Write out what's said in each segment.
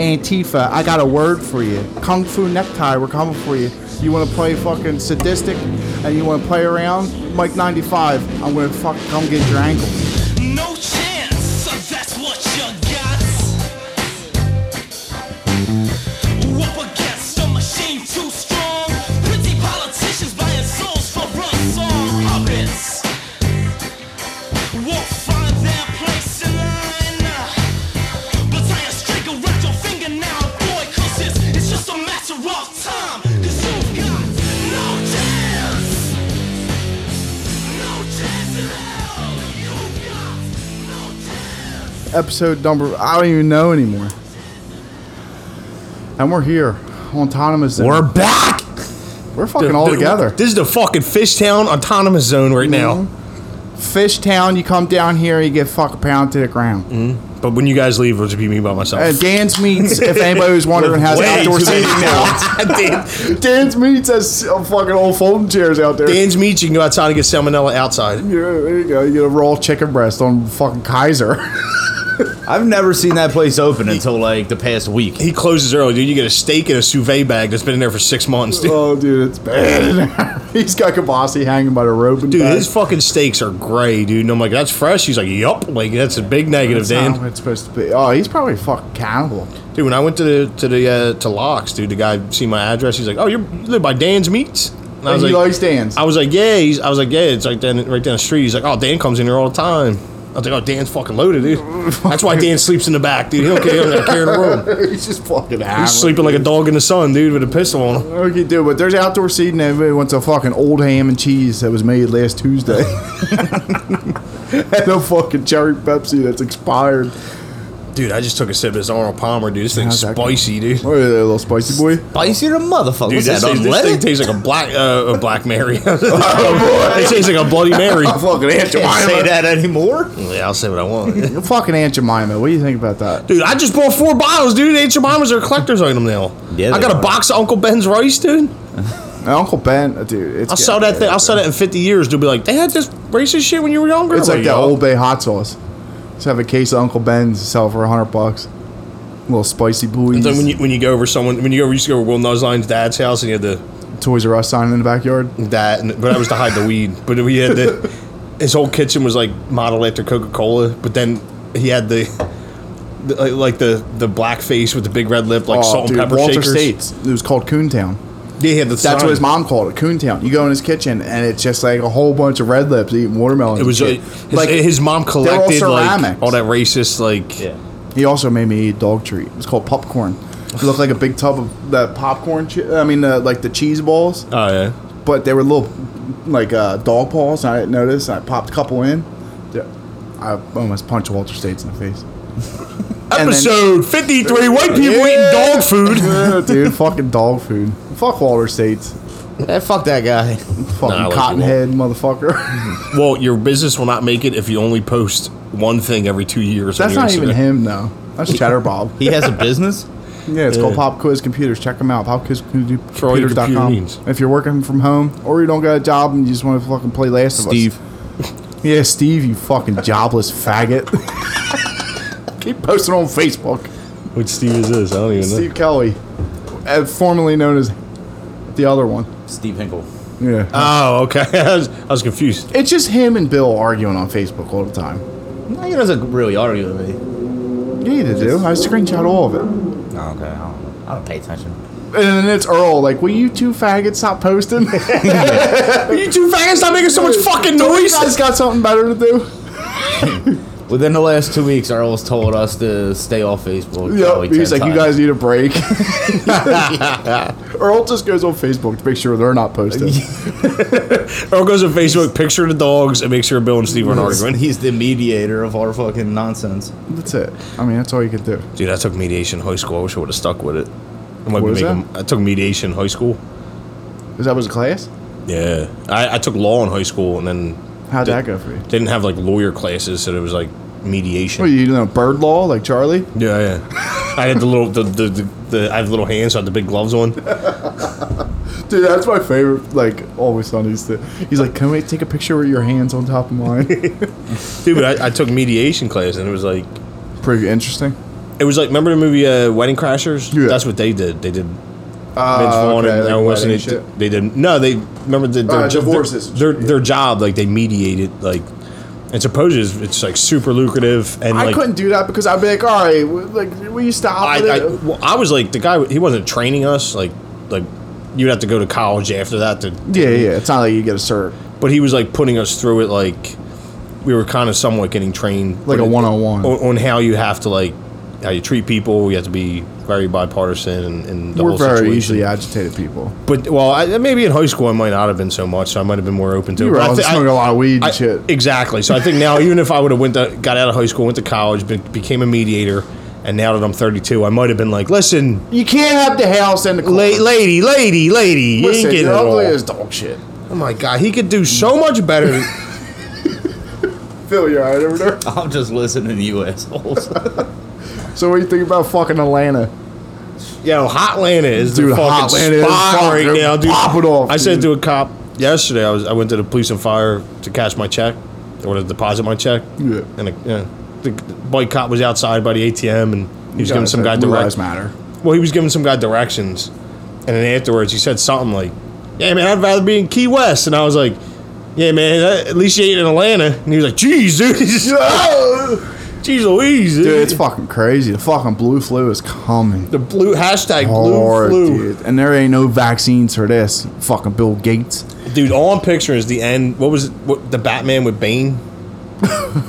Antifa, I got a word for you. Kung Fu Necktie, we're coming for you. You want to play fucking sadistic and you want to play around? Mike 95, I'm going to fuck come get your ankle. No chance, so that's what you got. Up against a machine too strong. Pretty politicians buying souls for run song puppets. Won't find their place in line. But I am straight around your finger now, boy, cause it's, it's just a matter of time. Cause you've got no chance. No chance in hell. You've got no chance. Episode number, I don't even know anymore. And we're here on Autonomous Zone. We're back. We're fucking all together. Mm-hmm. This is the fucking Fishtown Autonomous Zone right now. Fish Town, you come down here, you get fucking pounded to the ground. Mm-hmm. But when you guys leave, it'll just be me by myself. Uh, Dan's Meats, if anybody was wondering, has Way outdoor too seating many now. people. Dan- Dan's Meats has uh, fucking old folding chairs out there. Dan's meat. You can go outside and get salmonella outside. Yeah, there you go. You get a raw chicken breast on fucking Kaiser. I've never seen that place open until like the past week. He closes early, dude. You get a steak and a sous vide bag that's been in there for six months, dude. oh, dude, it's bad. in there. He's got Kabasi hanging by the rope. And Dude, back. his fucking steaks are gray, dude. And I'm like, that's fresh. He's like, yup. Like, that's a big negative, That's not Dan. what it's supposed to be. Oh, he's probably a fucking cannibal. Dude, when I went to the to the uh, to Locks, dude, the guy seen my address. He's like, oh, you're you live by Dan's Meats. And I was he like, likes Dan's. I was like, yeah. He's, I was like, yeah. It's like down, right down the street. He's like, oh, Dan comes in here all the time. I was like, oh, Dan's fucking loaded, dude. That's why Dan sleeps in the back, dude. He don't care, he don't care in the room. he's just fucking hammered. He's sleeping like a dog in the sun, dude, with a pistol on him. Okay, dude, but there's outdoor seating. Everybody wants a fucking old ham and cheese that was made last Tuesday. and a fucking cherry Pepsi that's expired. Dude, I just took a sip of this Arnold Palmer, dude. This thing's How's that going? spicy, dude. Oh, yeah, little spicy boy. Spicy to motherfucker. Dude, What's this, that thing, this thing unleaded? tastes like a black uh, a black Mary. it tastes like a Bloody Mary. I fucking Aunt Can't say Jemima. that anymore. yeah, I'll say what I want. Fucking Aunt Jemima. What do you think about that? Dude, I just bought four bottles, dude. Aunt Jemima's are a collector's item now. Yeah, I they got a are. box of Uncle Ben's rice, dude. Uncle Ben, uh, dude. It's I'll sell that thing. I'll sell that in 50 years. They'll be like, they had this racist shit when you were younger. It's I'm like that "Yo." Old Bay hot sauce. Just have a case of Uncle Ben's sell for hundred bucks. Little spicy buoys. It's like when you when you go over someone when you go over you used to go over Will Nuzline's dad's house and he had the Toys R Us sign in the backyard. that and, but that was to hide the weed. But we had the his whole kitchen was like modeled after Coca Cola. But then he had the. the- Like like the the black face with the big red lip, like Oh, salt and dude, pepper Walter shakers. States. It was called Coontown. Yeah, he had the That's sign. what his mom called it, Coontown. You go in his kitchen and it's just like a whole bunch of red lips eating watermelon. It was uh, his, like his mom all collected like ceramics. all that racist like. he also made me eat dog treat. It was called popcorn. It looked like a big tub of that popcorn. Chi- I mean, uh, like the cheese balls. Oh yeah. but they were little like uh, dog paws. And I didn't notice. And I popped a couple in. Yeah, I almost punched Walter States in the face. And then- Episode fifty three. White people Yeah. eating dog food. Yeah, dude, fucking dog food. Fuck Walter States. Eh, fuck that guy. Fucking Nah, I like cottonhead motherfucker. well, your business will not make it if you only post one thing every two years. on That's your not even Instagram. him though. That's Cheddar Bob. He has a business. Yeah, it's called Yeah. Pop Quiz Computers. Check them out. For all your computer needs. PopQuizComputers.com. If you're working from home or you don't got a job and you just want to fucking play Last Steve. of Us. Yeah, Steve, you fucking jobless faggot. Keep posting on Facebook. Which Steve is this? I don't even Steve Kelly, uh, formerly known as the other one. Steve Hinkle. Yeah. Oh, okay. I was, I was confused. it's just him and Bill arguing on Facebook all the time. No, he doesn't really argue with me. Yeah, you do. I screenshot all of it. Oh, okay. I don't, I don't pay attention. And then it's Earl, like, will you two faggots stop posting? you You two faggots stop making so much fucking noise. guys got something better to do? Within the last two weeks, Earl's told us to stay off Facebook. Yep. probably He's 10 like, you guys times. need a break. Earl just goes on Facebook to make sure they're not posting. Earl goes on Facebook, picture the dogs, and make sure Bill and Steve aren't arguing. He's the mediator of our fucking nonsense. That's it. I mean, that's all you could do. Dude, I took mediation in high school. I wish I would have stuck with it. I might What be is making. I took mediation in high school. Is that was a class? Yeah, I, I took law in high school, and then How'd that go for you? didn't have like lawyer classes, so it was like mediation. What, you know, bird law like Charlie? Yeah, yeah. I had the little the the, the, the I have little hands, so I had the big gloves on. Dude, that's my favorite. Like, always Sunny used to. He's like, "Can we take a picture with your hands on top of mine?" Dude, but I, I took mediation class, and it was like Pretty interesting. It was like remember the movie uh, Wedding Crashers? Yeah. That's what they did. They did Vince Uh, Vaughn okay, and like Owen Wilson. They, wedding shit. they did no. They remember the, their Uh, jo- divorces. Their their, job like they mediated like. And supposedly it's- it's like super lucrative and I like couldn't do that because I'd be like, all right, w- like, will you stop? I, with I, it? well, I was like the guy. He wasn't training us. Like, like you'd have to go to college after that. To, yeah, yeah. It's not like you get a cert, But he was like putting us through it. Like, we were kind of somewhat getting trained, like a but it- oh, one on one. on, on how you have to like how you treat people. You have to be very bipartisan and, and the We're whole very situation. easily agitated people. But well, I, maybe in high school I might not have been so much. So I might have been more open to. You it. were But I all thi- I- smoking a lot of weed and I- shit. Exactly. So I think now, even if I would have went to, got out of high school, went to college, be, became a mediator, and now that I'm 32, I might have been like, listen, You can't have the house and the car. La- lady, lady, lady, you Listen, ain't getting you're it all. ugly as dog shit. Oh my god, he could do so much better. Phil, you alright over there? I'm just listening to you assholes. So what do you think about fucking Atlanta? Yo, Hotlanta is Dude, the fucking Hotlanta is spot fucking right now, dude. popping off, I said dude. to a cop yesterday, I was I went to the police and fire to cash my check or to deposit my check. Yeah. And a, yeah, the, the boy cop was outside by the ATM and he was giving some guy Blue Lives directions. Matter. Well, he was giving some guy directions, and then afterwards he said something like, "Yeah, man, I'd rather be in Key West," and I was like. Yeah, man. that- At least you ain't in Atlanta. And he was like, "Jeez, dude, jeez Louise, dude, Dude, it's fucking crazy. The fucking blue flu is coming. the blue hashtag blue Hard, flu." Oh, dude. And there ain't no vaccines for this. Fucking Bill Gates. Dude, all I'm picturing is the end. What was it? What, the Batman with Bane?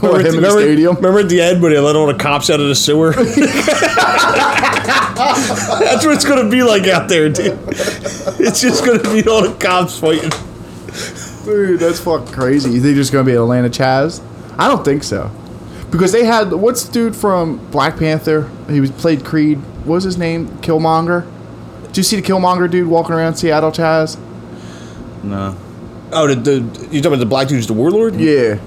Or at him the- in the stadium. remember at the end when they let all the cops out of the sewer? That's what it's gonna be like out there, dude. It's just gonna be all the cops fighting. Dude, that's fucking crazy. You think there's gonna be Atlanta Chaz? I don't think so, because they had what's the dude from Black Panther? He was played Creed. What was his name? Killmonger. Did you see the Killmonger dude walking around Seattle Chaz? no. Oh, the, the you talking about the black dude's the warlord? Yeah,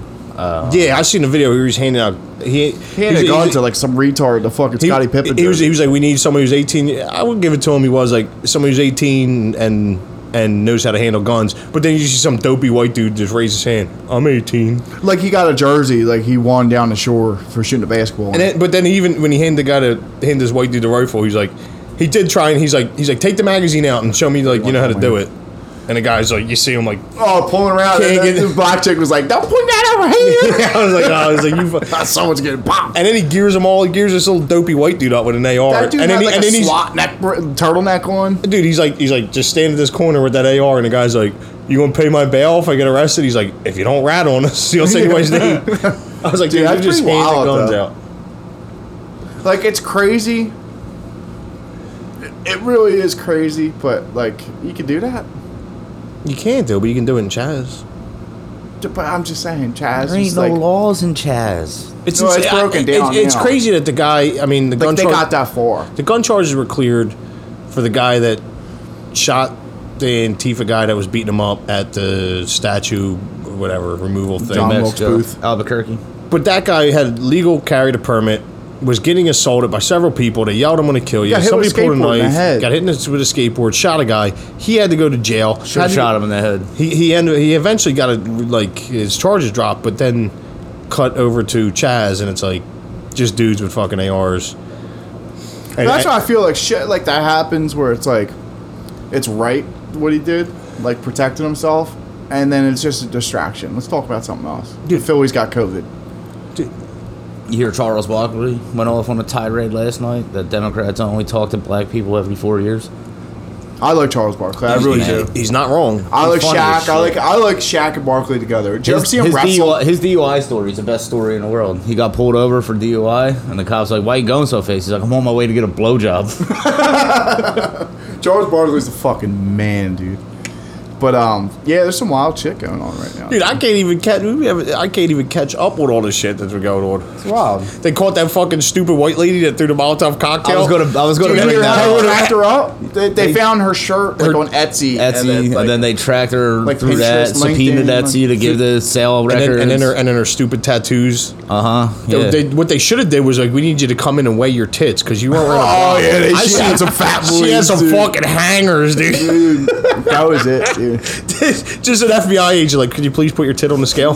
yeah. I seen a video where he was handing out. He, he had a gun to like some retard. The fucking he- Scotty Pippen. He was, jersey. he was like, we need somebody who's 18. I would give it to him. He was like, somebody who's 18 and and knows how to handle guns. But then you see some dopey white dude just raise his hand. I'm 18. like he got a jersey. Like he won down the shore for shooting a basketball. And then, but then even when he handed the guy to hand this white dude the rifle, he's like, he did try and he's like, he's like, take the magazine out and show me like you know how to do it. And the guy's like, you see him like, oh, pulling around. Can't And then get- the black chick was like, "Don't point that over here." I was like, oh, I was like, you. fu-" Not so much getting popped. And then he gears them all. He gears this little dopey white dude up with an AR. That dude and had then, he- like and a then he's slot neck turtleneck on. dude, he's like, he's like, just stand at this corner with that AR, and the guy's like, "You gonna pay my bail if I get arrested?" He's like, "If you don't rat on us, you don't say anybody's name." I was Dude, like, "Dude, you that's just pretty hand the wild, guns though. out." like it's crazy. It- It really is crazy, but like you can do that. You can't do, it, but you can do it in Chaz. But I'm just saying, Chaz. There ain't is no like, laws in Chaz. It's, No, it's insane. I- broken it- down It's, now. crazy that the guy. I mean, the like gun they charge- got that far. the gun charges were cleared for the guy that shot the Antifa guy that was beating him up at the statue, whatever removal thing. John Wilkes Mexico, Booth. Albuquerque. But that guy had legal carried a permit, was getting assaulted by several people. They yelled, "I'm going to kill you!" Got hit Somebody with a pulled skateboard a in the knife, head. got hit in the- with a skateboard, shot a guy. He had to go to jail. Should Had have to- shot him in the head. He he ended, he eventually got a, like his charges dropped, but then cut over to Chaz, and it's like just dudes with fucking ARs. And That's I- why I feel like shit like that happens where it's like, it's right what he did, like protecting himself, and then it's just a distraction. Let's talk about something else. Dude, Philly's got COVID. You hear Charles Barkley went off on a tirade last night that Democrats only talk to black people every four years. I like Charles Barkley. I really do. mad. he's not wrong. I like He's funny as Shaq. I like shit. I like Shaq and Barkley together. Did you ever see him his wrestle? DUI, his DUI story is the best story in the world. He got pulled over for DUI, and the cop's like, "Why you going so fast?" He's like, "I'm on my way to get a blowjob." Charles Barkley's a fucking man, dude. But um, yeah, there's some wild shit going on right now. Dude, I can't even catch. we have- I can't even catch up with all this shit that's been going on. it's wild. They caught that fucking stupid white lady that threw the Molotov cocktail. I was gonna- I was gonna Dude, Did bring you hear that how up. they tracked her up? They, they found her shirt like Her- on Etsy. Etsy, and like, then, they tracked her like through that, Pinterest, subpoenaed LinkedIn, Etsy to give the sale and records. then, and then her and then her stupid tattoos. uh huh. They- they- what they should have did was like, we need you to come in and weigh your tits because you weren't. Oh, yeah, they- I she see- had some fat She had boobs, some dude. fucking hangers, dude. dude, that was it, dude. Just an FBI agent, like, could you please put your tit on the scale?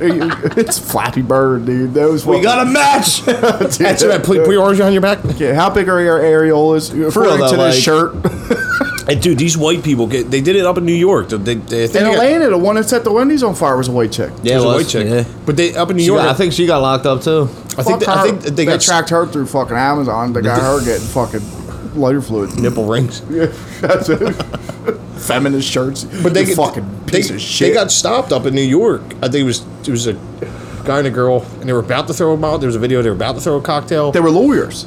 it's Flappy Bird, dude. Those We got a match. That's what I put, put your orange on your back. Okay, how big are your areolas? According though, to this like- shirt. And dude, these white people get they did it up in New York. They, they, they, I think In they got- Atlanta, the one that set the Wendy's on fire was a white chick. it yeah, it was a was. white chick. Yeah. But they up in New She York. got- I think she got locked up too. I think Fuck that- I her. think that they got tracked her through fucking Amazon. They got her getting fucking lighter fluid. nipple rings. Yeah, that's it. Feminist shirts. But But they they get- fucking they, piece of shit. They got stopped up in New York. I think it was it was a guy and a girl, and they were about to throw them out. There was a video. They were about to throw a cocktail, they were lawyers.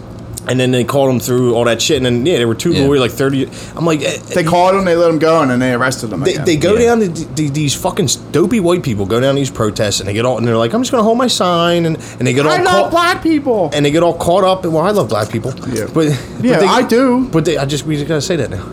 and then they called them through all that shit. And then yeah, there were two Yeah. yeah. like thirty. I'm like, eh, They called them, they let them go, and then they arrested them. They, again. they go Yeah. down to d- d- these fucking dopey white people go down to these protests and they get all and they're like I'm just gonna hold my sign and, and they get all I love caught, black people. and they get all caught up and well I love black people Yeah. but yeah, but they, I do. but they I just we just gotta say that now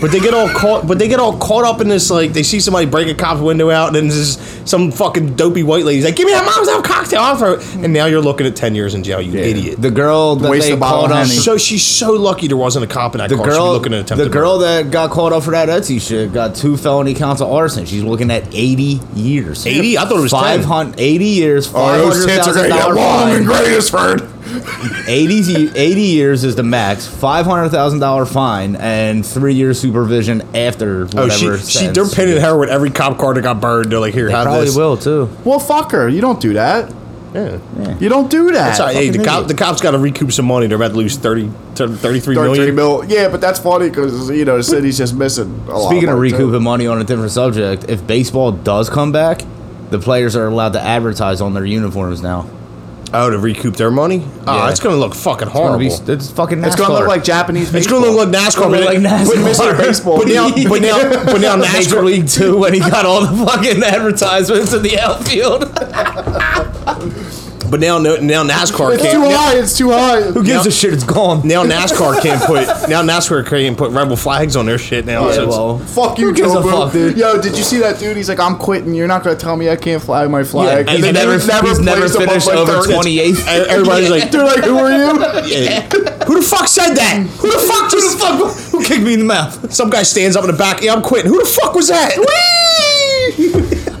but they get all caught but they get all caught up in this like they see somebody break a cop's window out and then there's just some fucking dopey white lady's like give me that mom's out cocktail I'll throw it and now you're looking at ten years in jail you idiot The girl that Waste they a bottle called of up. honey. so she's so lucky there wasn't a cop in that The car she'd be girl, looking at the girl that got called up for that Etsy shit got two felony counts of arson. She's looking at eighty years. 80? I thought it was 10. 500, 80 years. Oh, Five those hundred tits are gonna thousand get dollars. long and fine. greatest for 80, ye- 80 years is the max. Five hundred thousand dollar fine and three years supervision after Oh, whatever. she, she, they're pinning her with every cop car that got burned. They're like, here, They have probably this. will too. Well, fuck her. You don't do that. Yeah. You don't do that. That's all right. Hey, the, fucking cop, idiot. the cops got to recoup some money. They're about to lose 30, 33 33 million. mil. Yeah, but that's funny because, you know, the city's just missing a lot. Speaking of money, too. recouping money on a different subject, if baseball does come back, the players are allowed to advertise on their uniforms now. Oh, to recoup their money? Oh, Yeah. it's going to look fucking It's gonna horrible. be- It's it's fucking. NASCAR. It's going to look like Japanese baseball. going to look like NASCAR. gonna but look it- like but- NASCAR. baseball. But now, but now, but now Major NASCAR. League Two when he got all the fucking advertisements in the outfield. But now, no- now NASCAR It's too can't. Now, high. It's too high. Who gives Now- a shit? It's gone. now NASCAR can't put. Now NASCAR can't put rebel flags on their shit now. Yeah, so it's- well, Fuck you, Who gives Joe a Boo. fuck, dude? Yo, did you see that dude? He's like, I'm quitting. You're not going to tell me I can't fly my flag. he's the never- dude's he's never placed above, finished like, over 30. 28th. e- everybody's like, They're like, who are you? yeah. who the fuck said that? Who the fuck just fuck? Who kicked me in the mouth? Some guy stands up in the back. Yeah, I'm quitting. Who the fuck was that?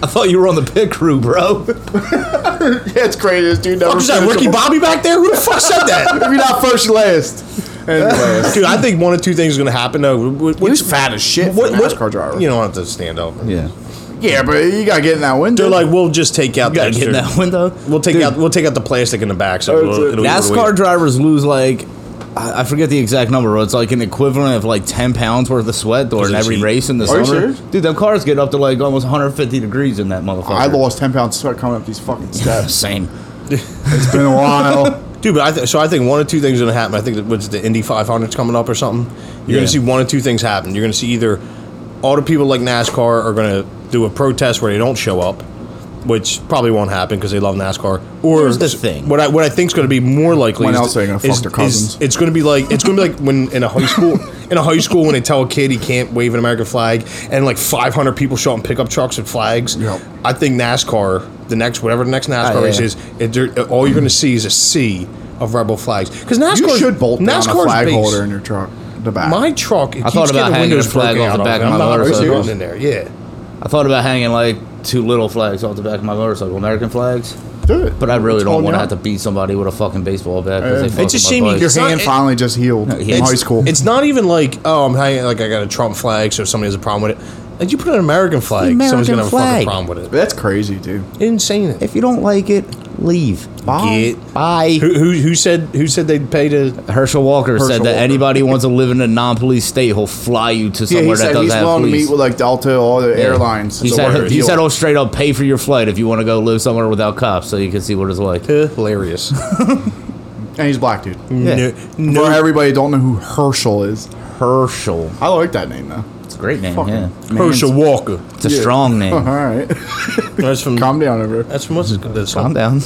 I thought you were on the pit crew, bro. yeah, it's crazy. This dude never Fuck is that finished Ricky above- Bobby back there? Who the fuck said that? If you're not first, you're last. And last. Dude, I think one of two things is gonna happen though. What, He was fat as shit for a NASCAR driver. You don't have to stand up. Yeah. Yeah, but you got to get in that window. They're like, we'll just take out the Gotta extra. get in that window. We'll take out we'll take out the plastic in the back. So Oh, it'll, it's a- it'll, NASCAR drivers lose like I I forget the exact number, but it's like an equivalent of like ten pounds worth of sweat during it's every heat. race in the Are you summer. serious? Dude, them cars get up to like almost 150 degrees in that motherfucker. I lost 10 pounds of sweat coming up these fucking steps. Same. it's been a while. Dude, but I th- so I think one of two things are gonna happen. I think that what's the Indy 500's coming up or something. You're Yeah. gonna see one of two things happen. You're gonna see either all the people like NASCAR are gonna do a protest where they don't show up, which probably won't happen because they love NASCAR. Or Here's the thing. what I what I think is gonna be more likely When is, else are they gonna fuck is- their cousins? is- it's gonna be like it's gonna be like when in a high school in a high school when they tell a kid he can't wave an American flag and like 500 people show up in pickup trucks and flags. Yep. I think NASCAR the next whatever the next NASCAR Oh, yeah, race yeah. is it, there- all you're going to see is a sea of rebel flags. Because NASCAR you should bolt down a NASCAR's flag base- holder in your truck. The back. My truck. It I keeps thought about getting hanging windows a flag broken off the out back it. of my I'm not motorcycle. putting it in there. Yeah. I thought about hanging like two little flags off the back of my motorcycle, American flags. Do it. But I really It's don't holding want to you have to up. beat somebody with a fucking baseball bat. 'cause Yeah. they Uh, It's fucked a up my shame you bike. get- Your It's not- hand it- finally just healed yeah. in high It's- school. It's not even like oh I'm hanging like I got a Trump flag so if somebody has a problem with it. Like you put an American flag, someone's American gonna have a fucking flag. problem with it. That's crazy, dude. Insane. If you don't like it, leave. Bye. Get- Bye. Who, who who said who said they'd pay to? Herschel Walker said Herschel that Walker. anybody wants to live in a non-police state, he'll fly you to Yeah, somewhere he that said doesn't he's have willing to police. meet with like Delta, all the Yeah. airlines. He It's a said, word. he said, "I'll straight up pay for your flight if you want to go live somewhere without cops, so you can see what it's like." Hilarious. and he's black, dude. Yeah. No, For no everybody who don't know who Herschel is. Herschel, I like that name though. it's a great name. Fucking- Yeah, Herschel Walker. it's a strong Oh, All name. right, That's from calm down over. here. that's from what's it called? That's Calm from- down.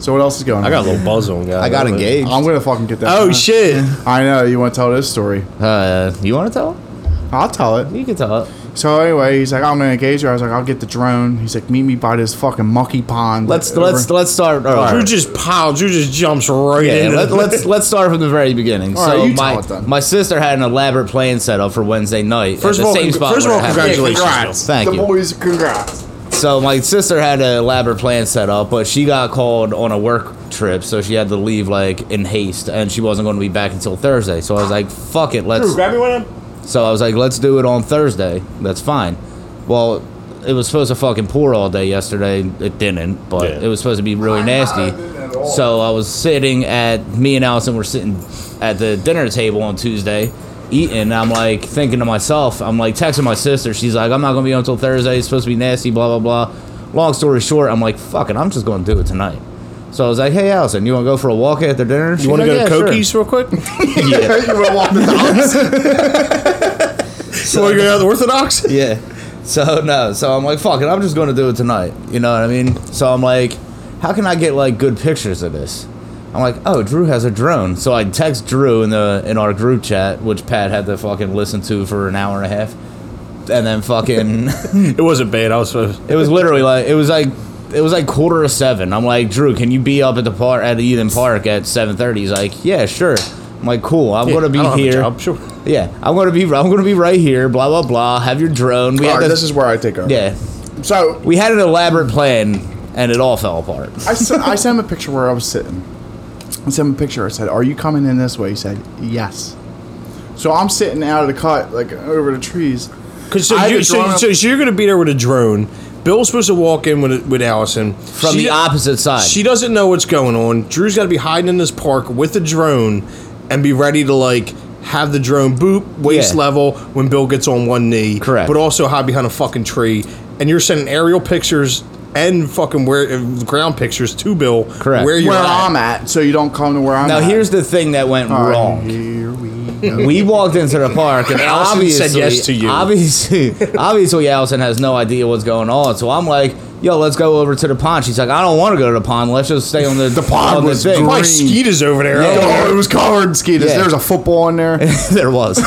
So what else is going on? I got a little buzz on guy. I That got was- engaged. I'm gonna fucking get that. Oh tonight. shit. I know you want to tell this story. Uh, you want to tell? it? I'll tell it. You can tell. it. So anyway, he's like, I'm gonna engage her. I was like, I'll get the drone. He's like, meet me by this fucking monkey pond. Let's Over- let's let's start. all right. Drew just piles. Drew just jumps right Yeah, in. let, let's let's start from the very beginning. All so right, you tell it my then. my sister had an elaborate plan set up for Wednesday night. First at of the all, same congr- spot first of where all, it happened. congratulations. Thank the you. boys, congrats. So my sister had an elaborate plan set up, but she got called on a work trip, so she had to leave like in haste, and she wasn't going to be back until Thursday. So I was like, "Fuck it, let's." Drew, grab me one of them. So I was like, let's do it on Thursday. That's fine. Well, it was supposed to fucking pour all day yesterday. It didn't, but Yeah. it was supposed to be really nasty. So I was sitting at me and Allison were sitting at the dinner table on Tuesday, eating. and I'm like thinking to myself, I'm like texting my sister. She's like, I'm not gonna be on until Thursday. It's supposed to be nasty. Blah blah blah. Long story short, I'm like, fucking, I'm just gonna do it tonight. So I was like, hey Allison, you wanna go for a walk after dinner? You want to go to Cokie's real quick? Yeah. you want to walk the dogs? You want to go to the Orthodox? yeah. So no, so I'm like, fuck it, I'm just gonna do it tonight. You know what I mean? So I'm like, how can I get like good pictures of this? I'm like, oh, Drew has a drone. So I text Drew in the in our group chat, which Pat had to fucking listen to for an hour and a half. And then fucking It wasn't bad. I was supposed. it was literally like it was like it was like quarter to seven. I'm like, Drew, can you be up at the park at Eden Park at seven thirty? He's like, Yeah, sure. I'm like, cool, I'm gonna be I don't have a here. job, sure. Yeah, I'm gonna be I'm gonna be right here, blah blah blah. Have your drone. We All had right, to- this is where I take over. yeah. So We had an elaborate plan and it all fell apart. I, s- I sent him a picture where I was sitting. I sent him a picture. I said, "Are you coming in this way?" He said, "Yes." So I'm sitting out of the cut, like over the trees. 'Cause so, I had you, to so, draw up- so you're going to be there with a drone. Bill's supposed to walk in with with Allison From She- the opposite side. She doesn't know what's going on. Drew's got to be hiding in this park with a drone and be ready to like have the drone boop waist Yeah. level when Bill gets on one knee. Correct. But also hide behind a fucking tree. And you're sending aerial pictures and fucking where uh, ground pictures to Bill. Correct. Where you're where at. I'm at, so you don't come to where I'm now at. here's the thing that went All right, wrong. Here we go. We walked into the park and Allison obviously, said yes to you. obviously, obviously, Allison has no idea what's going on. So I'm like, "Yo, let's go over to the pond." She's like, "I don't want to go to the pond. Let's just stay on the the pond on the was thing." My green. skeet is over there. Yeah. Oh, it was covered in skeeters. Yeah. There was a football in there. there was.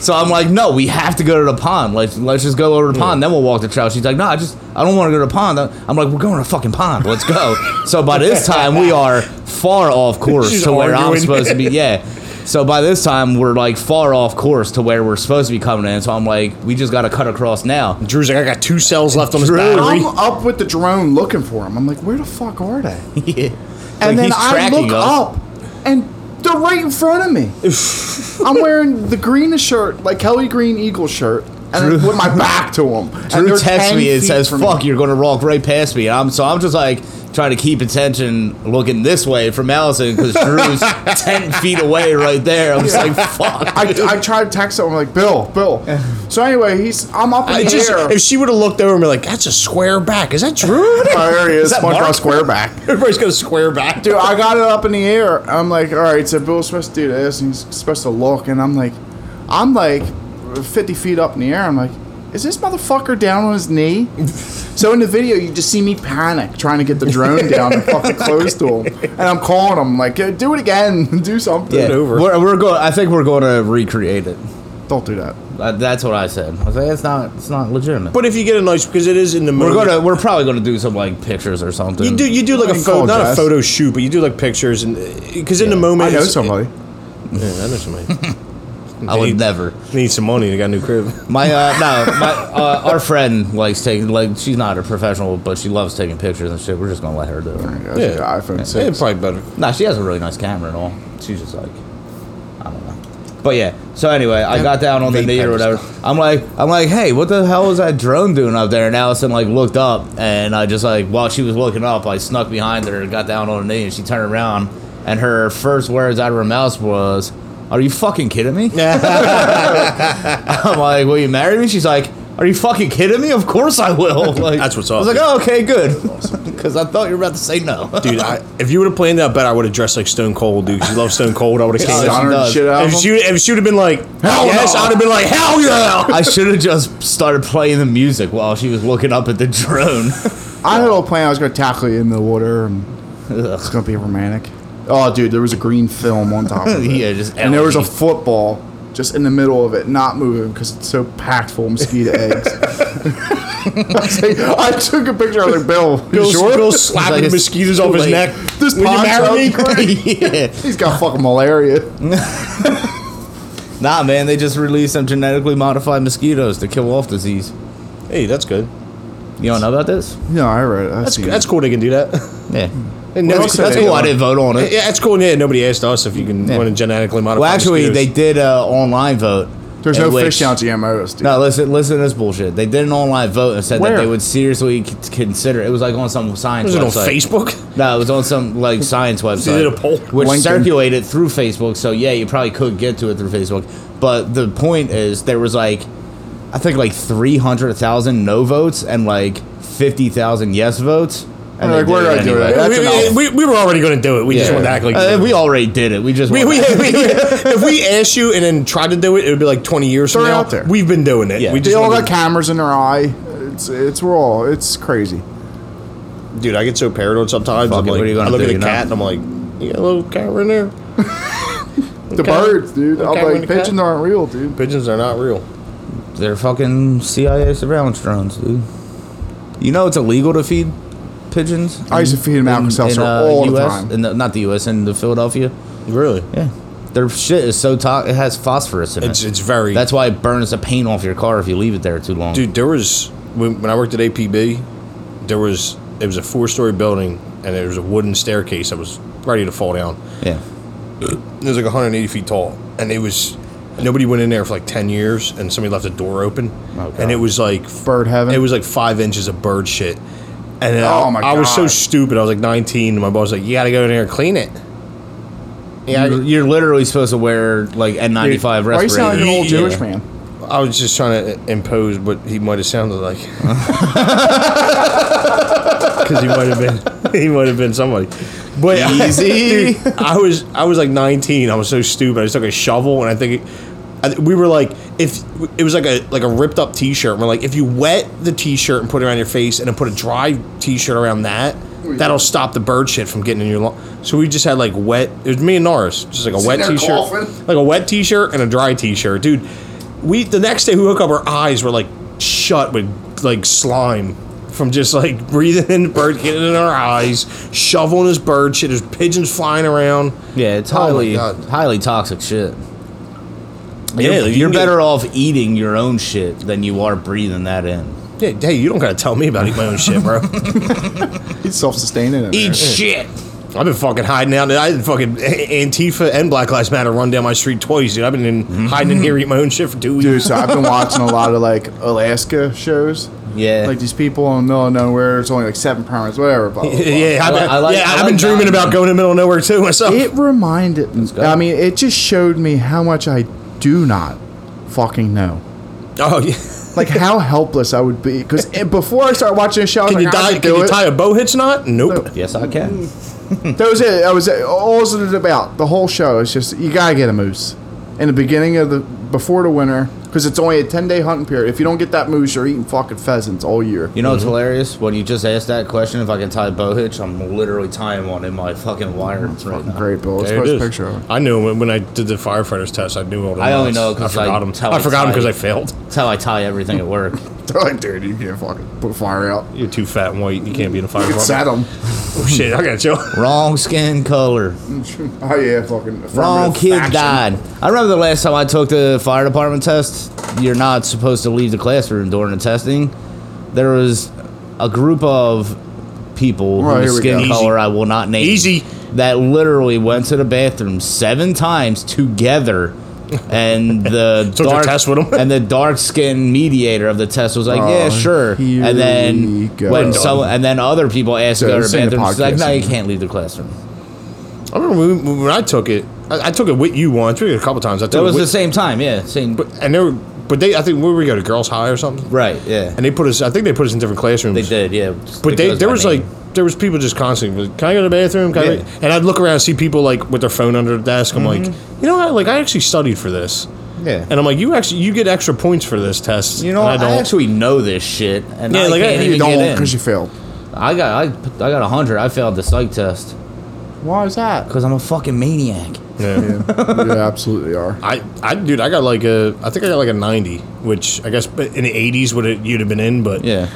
so I'm like, no, we have to go to the pond. Let's let's just go over to the pond, then we'll walk the trail. She's like, no, I just I don't want to go to the pond. I'm like, we're going to the fucking pond. Let's go. so by this time we are far off course She's to where I'm arguing. supposed to be. Yeah. So by this time we're like far off course to where we're supposed to be coming in. So I'm like, we just got to cut across now. Drew's like, I got two cells left on his Drew. battery. I'm up with the drone looking for him. I'm like, where the fuck are they? Like, And then he's I tracking look us. up, and they're right in front of me. I'm wearing the greenest shirt, like Kelly Green Eagle shirt, and with my back to them. Drew texts me and says, "Fuck, you're going to walk right past me." And I'm so I'm just like trying to keep attention, looking this way from Allison because Drew's ten feet away right there. I'm just like, "Fuck." I, I tried to text him. I'm like, Bill, Bill. So anyway, he's I'm up in I the just, air. if she would have looked over and been like, that's a square back. Is that Drew? Oh, there he is, that SpongeBob Mark? Squareback. Everybody's got a square back. Dude, I got it up in the air. I'm like, all right, so Bill's supposed to do this, and he's supposed to look, and I'm like, I'm like 50 feet up in the air. I'm like, is this motherfucker down on his knee? so in the video, you just see me panic trying to get the drone down and fucking close to him, and I'm calling him like, "Yo, do it again, do something. Yeah, over. We're, we're going. I think we're going to recreate it. Don't do that. Uh, that's what I said. I was like, "It's not. It's not legitimate." But if you get a nice, because it is in the movie. we're gonna. We're probably gonna do some like pictures or something. You do you do like a can photo, call not a Jess. photo shoot, but you do like pictures and because in the I moment know it's- somebody. Yeah, I know somebody. I would Dude. never. Need some money. They got a new crib. My uh, no. My uh, our friend likes taking like she's not a professional, but she loves taking pictures and shit. We're just gonna let her do it. Yeah, Yeah. iPhone Yeah, 6. probably better. Nah, she has a really nice camera and all. She's just like, I don't know. But yeah. So anyway, I got down on the vape knee or pens. whatever. I'm like, I'm like, hey, what the hell was that drone doing up there? And Allison like looked up, and I just like while she was looking up, I snuck behind her and got down on her knee, and she turned around, and her first words out of her mouth was, "Are you fucking kidding me?" I'm like, "Will you marry me?" She's like. Are you fucking kidding me? Of course I will. Like, That's what's I was up. like, oh, okay, good. Because I thought you were about to say no. Dude, I, if you would have planned that bet, I would have dressed like Stone Cold, dude. 'cause you love Stone Cold. I would have He's came she honored down. the does. shit out of If him. she, if she would have been like, Hell yes, no. I would have been like, hell yeah. I should have just started playing the music while she was looking up at the drone. I had a little plan. I was going to tackle you in the water, and it's going to be romantic. Oh, dude, there was a green film on top of it. yeah, just and there was a E LED. football just in the middle of it, not moving because it's so packed full of mosquito eggs. I, say- I took a picture. I was like, Bill, you Bill, sure? Bill slapping Like, it's mosquitoes too off his late. neck. This Will you poncho- marry me? E yeah. He's got fucking malaria. Hmm? Nah, man, they just released some genetically modified mosquitoes to kill off disease. Hey, that's good. You don't know about this? No, I read. It. I That's seen that's it. cool. They can do that. Yeah. Hmm. And Well, nobody- that's that's cool. cool. I didn't vote on it. Yeah, that's cool. Yeah, nobody asked us if you can Yeah. want to genetically modify. Well, actually, mosquitoes. they did an online vote. There's in no E which- fish down GMOs, dude. No, listen, listen to this bullshit. They did an online vote and said Where? that they would seriously c- consider. It was like on some Was science it on website. Facebook? No, it was on some like science website. did a poll? which Lincoln. circulated through Facebook. So yeah, you probably could get to it through Facebook. But the point is, there was like, I think like three hundred thousand no votes and like fifty thousand yes votes. And They're like, they "We're did not doing it." That's we, enough. we, we were already going to do it. We just Yeah. want to act like Uh, we already did it. We just We, wanna we, act- we- if we asked you and then tried to do it, it would be like 20 years from Throw it now. out there. We've been doing it. Yeah. We They just all wanna- got cameras in their eye. It's it's raw. It's crazy. Dude, I get so paranoid sometimes. Fuck I'm it, like, what are you I gonna look do, at a you know? cat and I'm like, you got a little camera in there? The birds, dude. Okay, I'm we're like, gonna cut. pigeons aren't real, dude. Pigeons are not real. They're fucking CIA surveillance drones, dude. You know it's illegal to feed pigeons. I used to in- feed 'em Alka in- Seltzer in, all the US, time. In the, not the U.S. in the Philadelphia. Really? Yeah, their shit is so toxic. It has phosphorus in It's, it. it's very. That's why it burns the paint off your car if you leave it there too long. Dude, there was when, when I worked at APB, there was it was a four story building and there was a wooden staircase that was ready to fall down. Yeah. It was like 180 feet tall, and it was nobody went in there for like 10 years, and somebody left the door open, Oh, God. and it was like Bird heaven. It was like five inches of bird shit, and then I, Oh, my I was so God. stupid. I was like 19, and my boss was like, "You got to go in there and clean it." Yeah, You're, I, you're literally supposed to wear like N95 Why you respirators. sound like an old Yeah. Jewish man? I was just trying to impose what he might have sounded like, because he might have been he might have been somebody. But Easy. Dude, I was I was like 19. I was so stupid. I just took a shovel and I think it, I, we were like if it was like a like a ripped up T-shirt. We're like if you wet the T-shirt and put it around your face and then put a dry T-shirt around that, that'll stop the bird shit from getting in your lung. So we just had like wet. It was me and Norris, just like a wet there T-shirt, coughing. like a wet T-shirt and a dry T-shirt, dude. We the next day we woke up, our eyes were like shut with like slime. From just like breathing in bird getting in our eyes, shoveling this bird shit. There's pigeons flying around. Yeah, it's Oh my highly God. highly toxic shit. Yeah, you're, you you're can get- better off eating your own shit than you are breathing that in. Yeah, hey, you don't gotta tell me about eating my own shit, bro. He's self-sustaining. In there. shit. I've been fucking hiding out. I had fucking Antifa and Black Lives Matter run down my street twice, dude. I've been in, Mm-hmm. hiding in here eating my own shit for two weeks. Dude, so I've been watching a lot of like Alaska shows. Yeah. Like these people in the middle of nowhere. It's only like seven permits, whatever. Blah, blah, blah. yeah, I've I been, li- I like- yeah, I I've like been dreaming that. about going in the middle of nowhere too myself. It reminded. go. I mean, it just showed me how much I do not fucking know. oh yeah. Like how helpless I would be because before I started watching a show, I was Oh Can you like, I die? could Can do you it. tie a bow hitch knot? Nope. yes, I can. That was it. That was it. all it was about. The whole show is just you gotta get a moose in the beginning of the before the winter because it's only a ten day hunting period. If you don't get that moose, you're eating fucking pheasants all year. You know what's hilarious? When you just asked that question, if I can tie a bow hitch, I'm literally tying one in my fucking wire. right now. Great, Bill. Let's There post it a is. picture of it. I knew when, when I did the firefighters test. I knew all the I only knots. know 'cause I I forgot 'em. tell I it's forgot 'em because I tight. failed. That's how I tie everything at work. They're like, dude, you can't fucking put fire out. You're too fat and white. You can't be in a fire. You can set department. them. Oh, shit, I got you. Wrong skin color. Oh yeah, fucking Wrong affirmative kid action. died. I remember the last time I took the fire department test. You're not supposed to leave the classroom during the testing. There was a group of people Right, whose here we skin go. Easy. color I will not name. Easy. That literally went to the bathroom seven times together. And the Took the dark test with 'em. and the dark skinned mediator of the test was like, Oh, "Yeah, sure." here And we then go. when some and then other people asked So to go to it's the in the bathroom, she's like, podcast, "No, you isn't it? can't leave the classroom." I remember when, when I took it. I, I took it with you once. We did it a couple times. I took That was it the with, same time, yeah, same. and there were, but they. I think where we go to girls' high or something. right, yeah. And they put us. I think they put us in different classrooms. They did, yeah. But they, Because there my was name. like there was people just constantly. Like, Can I go to the bathroom? Can I-" Yeah. And I'd look around and see people like with their phone under the desk. I'm like, Mm-hmm. you know, what? like I actually studied for this. Yeah. And I'm like, you actually you get extra points for this test. you know, and I, actually know this shit, and Yeah, I like, I- can't you You even get don't in. because you failed. I got, I, I got a hundred. I failed the psych test Why is that? because I'm a fucking maniac. Yeah. Yeah, you absolutely are. I, I, dude, I got like a, I think I got like a 90, which I guess but in the 80s would it, you'd have been in, but Yeah,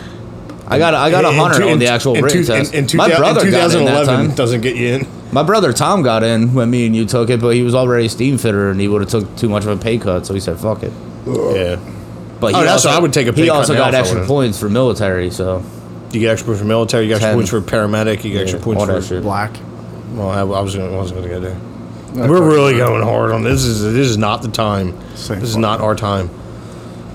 I got, I got a In- in hundred two- on the in- actual in written two- test. in- in two- My in brother got in that time. doesn't get you in. My brother Tom got in when me and you took it, but he was already a steam fitter and he would have took too much of a pay cut, so he said, "Fuck it." Yeah. But Oh, he that's also, what I would take a pay He cut also now got if I extra would've- points for military, so You get extra points for military. You get extra Ten. points for paramedic. You get extra Yeah, points all for that shit. Black. Well, I, I was gonna, I wasn't going to go there. We're really going hard on this. Is this is not the time? Same this is fuck. not our time.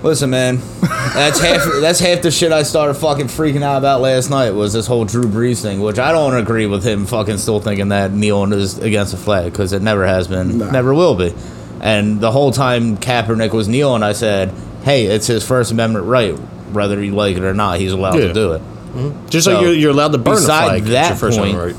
Listen, man, that's half. That's half the shit I started fucking freaking out about last night was this whole Drew Brees thing, which I don't agree with him fucking still thinking that kneeling is against the flag because it never has been, Nah. never will be. And the whole time Kaepernick was kneeling, I said, "Hey, it's his First Amendment right, whether you like it or not. He's allowed Yeah. to do it." Just So, like you're, you're allowed to burn a beside flag. It's that your first point- amendment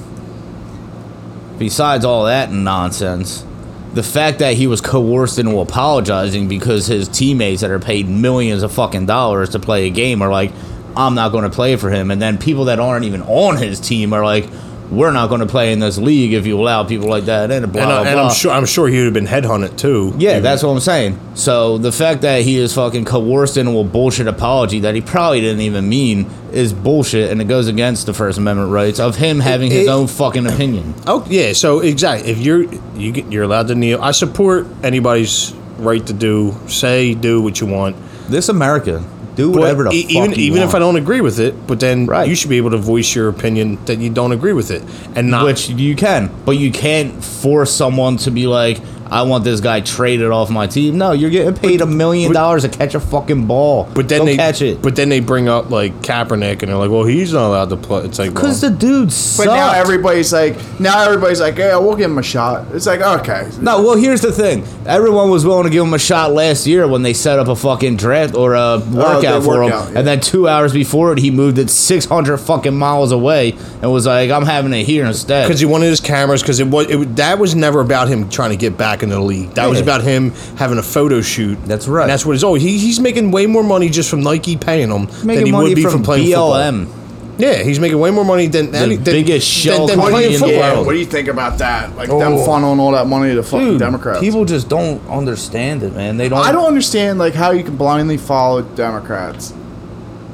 Besides all that nonsense, the fact that he was coerced into apologizing because his teammates that are paid millions of fucking dollars to play a game are like, I'm not going to play for him. And then people that aren't even on his team are like, we're not going to play in this league if you allow people like that in. Blah, right. And, I, blah, and blah. I'm sure I'm sure he would have been headhunted too. Yeah, Even- that's what I'm saying. So the fact that he is fucking coerced into a bullshit apology that he probably didn't even mean is bullshit, and it goes against the First Amendment rights of him having his it- own fucking opinion. Oh yeah, so exactly. If you're you get, you're allowed to kneel, I support anybody's right to do, say, do what you want. This America, do But whatever the e- fuck even you even if want. I don't agree with it, but then Right. you should be able to voice your opinion that you don't agree with it, and not which you can, but you can't force someone to be like, I want this guy traded off my team. No, you're getting paid a million but- dollars to catch a fucking ball. But then Go they catch it But then they bring up like Kaepernick, and they're like, "Well, he's not allowed to play." It's like, because well, the dude But sucked. now everybody's like, now everybody's like, yeah, we'll give him a shot. It's like, okay. No, well, here's the thing. Everyone was willing to give him a shot last year when they set up a fucking draft or Oh, a the workout for him. workout, yeah. And then two hours before it, he moved it 600 fucking miles away and was like, I'm having it here instead. because he wanted his cameras. Because it was it, wa- that was never about him trying to get back into the league. That was Yeah. about him having a photo shoot. That's right. And that's what it's all. He, he's making way more money just from Nike paying him than he making money would be from, from, playing BLM. football. Yeah, he's making way more money than any, than, biggest shell than, than company playing in the football. world. What do you think about that? Like them Oh. funneling all that money to fucking Democrats. people just don't understand it, man. They don't. I don't understand like how you can blindly follow Democrats.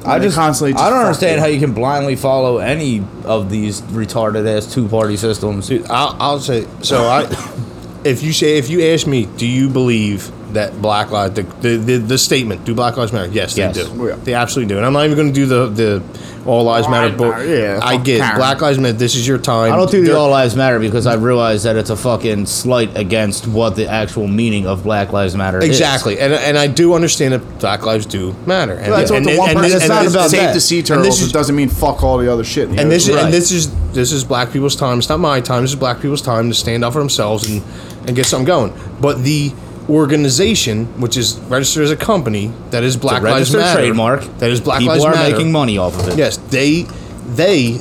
I They just constantly. just I don't fuck understand how you can blindly follow any of these retarded ass two party systems. Dude, I'll, I'll say so. I, if you say, if you ask me, do you believe that Black Lives the the, the, the statement? Do Black Lives Matter? Yes, Yes. they do. Yeah. They absolutely do. And I'm not even going to do the the All Lives All Matter. Lives But Matter, yeah, I fuck get Karen. Black Lives Matter. This is your time. I don't do They're- the All Lives Matter because I realize that it's a fucking slight against what the actual meaning of Black Lives Matter is. Exactly, and and I do understand that Black Lives do matter. And, That's what and, the and- one and person. this- It's and not this- about and save this- the sea and turtles. this is- It doesn't mean fuck all the other shit. And this is Right. and this is this is black people's time. It's not my time. This is black people's time to stand up for themselves and and get something going. But the organization, which is registered as a company, that is Black Lives registered Matter trademark. That is Black People Lives are Matter. making money off of it. Yes, they they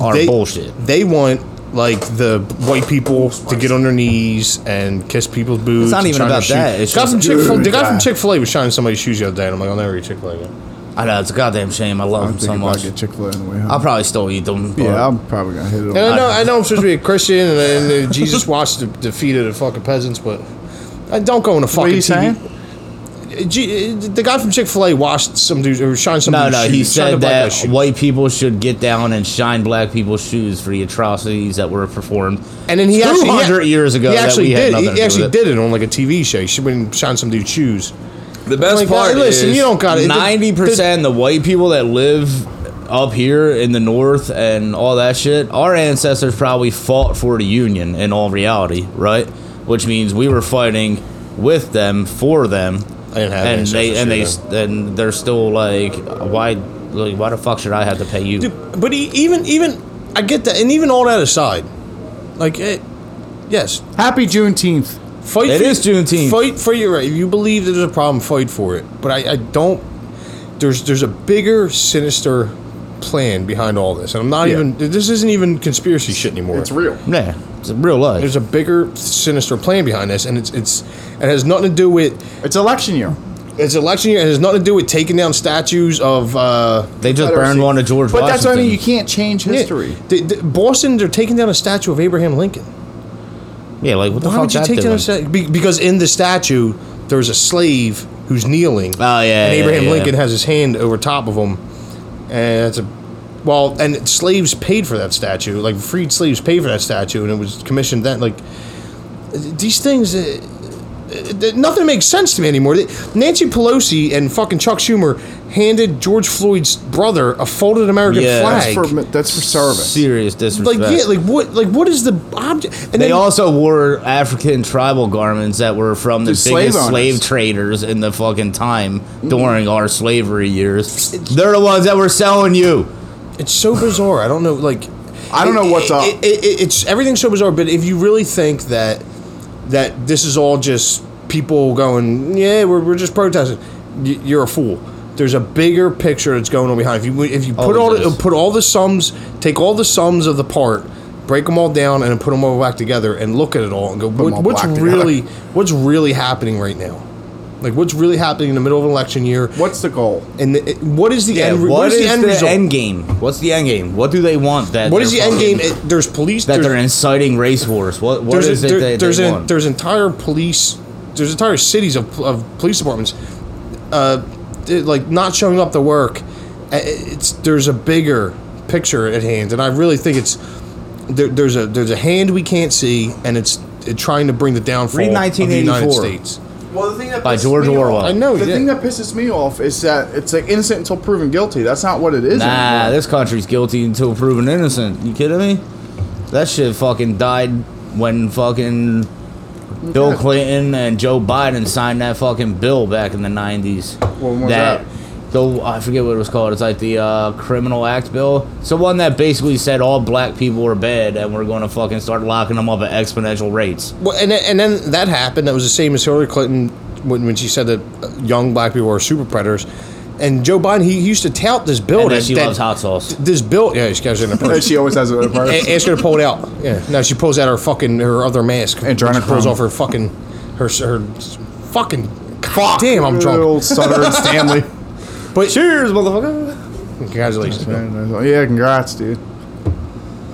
are they bullshit. They want like the white people to get on their knees and kiss people's boobs. not and even try to about shoot- that. It's guy from just- Chick-fil- the guy Yeah. from Chick Fil A was shining somebody's shoes the other day, and I'm like, I'll never eat Chick Fil A again. I know it's a goddamn shame. I love I'm them so thinking about much. get Chick Fil A on the way I'll home. probably still eat them. but- Yeah, I'm probably gonna hit it. And on- I know, I know I'm supposed to be a Christian and, and uh, Jesus watched the defeat of the fucking peasants, but I don't go on a fucking What are you TV. saying? G- uh, the guy from Chick Fil A washed some dude or shined some No, dude's no, shoes, he shined a black said that guy's shoes. white people should get down and shine black people's shoes for the atrocities that were performed. and then he actually 200 he- years ago He that actually we had did. nothing He, to do actually with did it on like a TV show. He should went and shined some dude's shoes. The best Like, part hey, Oh listen, is you don't gotta- the- ninety percent the white people that live up here in the north and all that shit. Our ancestors probably fought for the union in all reality, right? Which means we were fighting with them for them, I didn't have and ancestors, they and they yeah. s- and they're still like, why, like, why the fuck should I have to pay you? Dude, but he, even even I get that, and even all that aside, like it, yes, Happy Juneteenth. Fight It for, is Juneteenth. Fight for your right. If you believe there's a problem, fight for it. But I, I don't. There's there's a bigger, sinister plan behind all this, and I'm not Yeah. even. This isn't even conspiracy shit anymore. It's real. Yeah, it's real life. There's a bigger, sinister plan behind this, and it's it's it has nothing to do with It's election year. it's election year. It has nothing to do with taking down statues of. uh They just burned one of George But Washington. that's what I mean. You can't change history. Yeah, the, the, Boston, they're taking down a statue of Abraham Lincoln. yeah, like what the Why fuck would you that take down doing? a statue? Be, because in the statue, there's a slave who's kneeling. Oh, yeah, And yeah, Abraham yeah. Lincoln has his hand over top of him, and that's a well. And slaves paid for that statue. Like freed slaves paid for that statue, and it was commissioned. That like these things. Uh, it- it- nothing makes sense to me anymore. They- Nancy Pelosi and fucking Chuck Schumer handed George Floyd's brother a folded American Yeah. That's flag. for that's for service. Serious disrespect. like yeah, like what like what is the object? And They then- also wore African tribal garments that were from the, The slave biggest owners. slave traders in the fucking time Mm-hmm. during our slavery years. They're the ones that were selling you. It's so bizarre. I don't know. Like, I don't know what's it, up. It, it, it- it's everything's so bizarre. But if you really think that that this is all just people going, yeah, we're, we're just protesting, y- you're a fool. There's a bigger picture that's going on behind. If you if you Oh, put all Always the, is. put all the sums, take all the sums of the part, break them all down, and then put them all back together, and look at it all and go, them what, all what's back really what's really happening right now? Like what's really happening in the middle of an election year? What's the goal? and the, what is the end? re- what is the, end, result? game? What's the end game? What do they want? That What is they're the end fucking- game? It, there's police. That there's, they're inciting race wars. What what there's, is a- it there- that there's, they an- want? there's entire police. There's entire cities of, of police departments, uh, it- like not showing up to work. Uh, It's there's a bigger picture at hand, and I really think it's there, there's a there's a hand we can't see, and it's it trying to bring the downfall Read of the United 1984. States. Well, the thing that By pisses George me off- Orwell. I know. The yeah. thing that pisses me off is that it's like innocent until proven guilty. That's not what it is. Nah, anymore. this country's guilty until proven innocent. You kidding me? That shit fucking died when fucking Bill Clinton and Joe Biden signed that fucking bill back in the nineties. one was that? The I forget what it was called. It's like the uh, Criminal Act bill. It's the one that basically said all black people are bad and we're going to fucking start locking them up at exponential rates. Well, and then- and then that happened. That was the same as Hillary Clinton when, when she said that uh, young black people are super predators. And Joe Biden, he, he used to tout this bill And Oh, that, that she that- loves hot sauce. this bill. Yeah, she got it in her And purse. she always has it in her purse. A- Ask her to pull it out. Yeah. Now she pulls out her fucking her other mask And trying which to pulls crumb. off her fucking her her fucking. Fuck. Damn, I'm Good drunk. Old Sutter and Stanley. But Cheers, motherfucker. congratulations. man. Yeah, congrats, dude.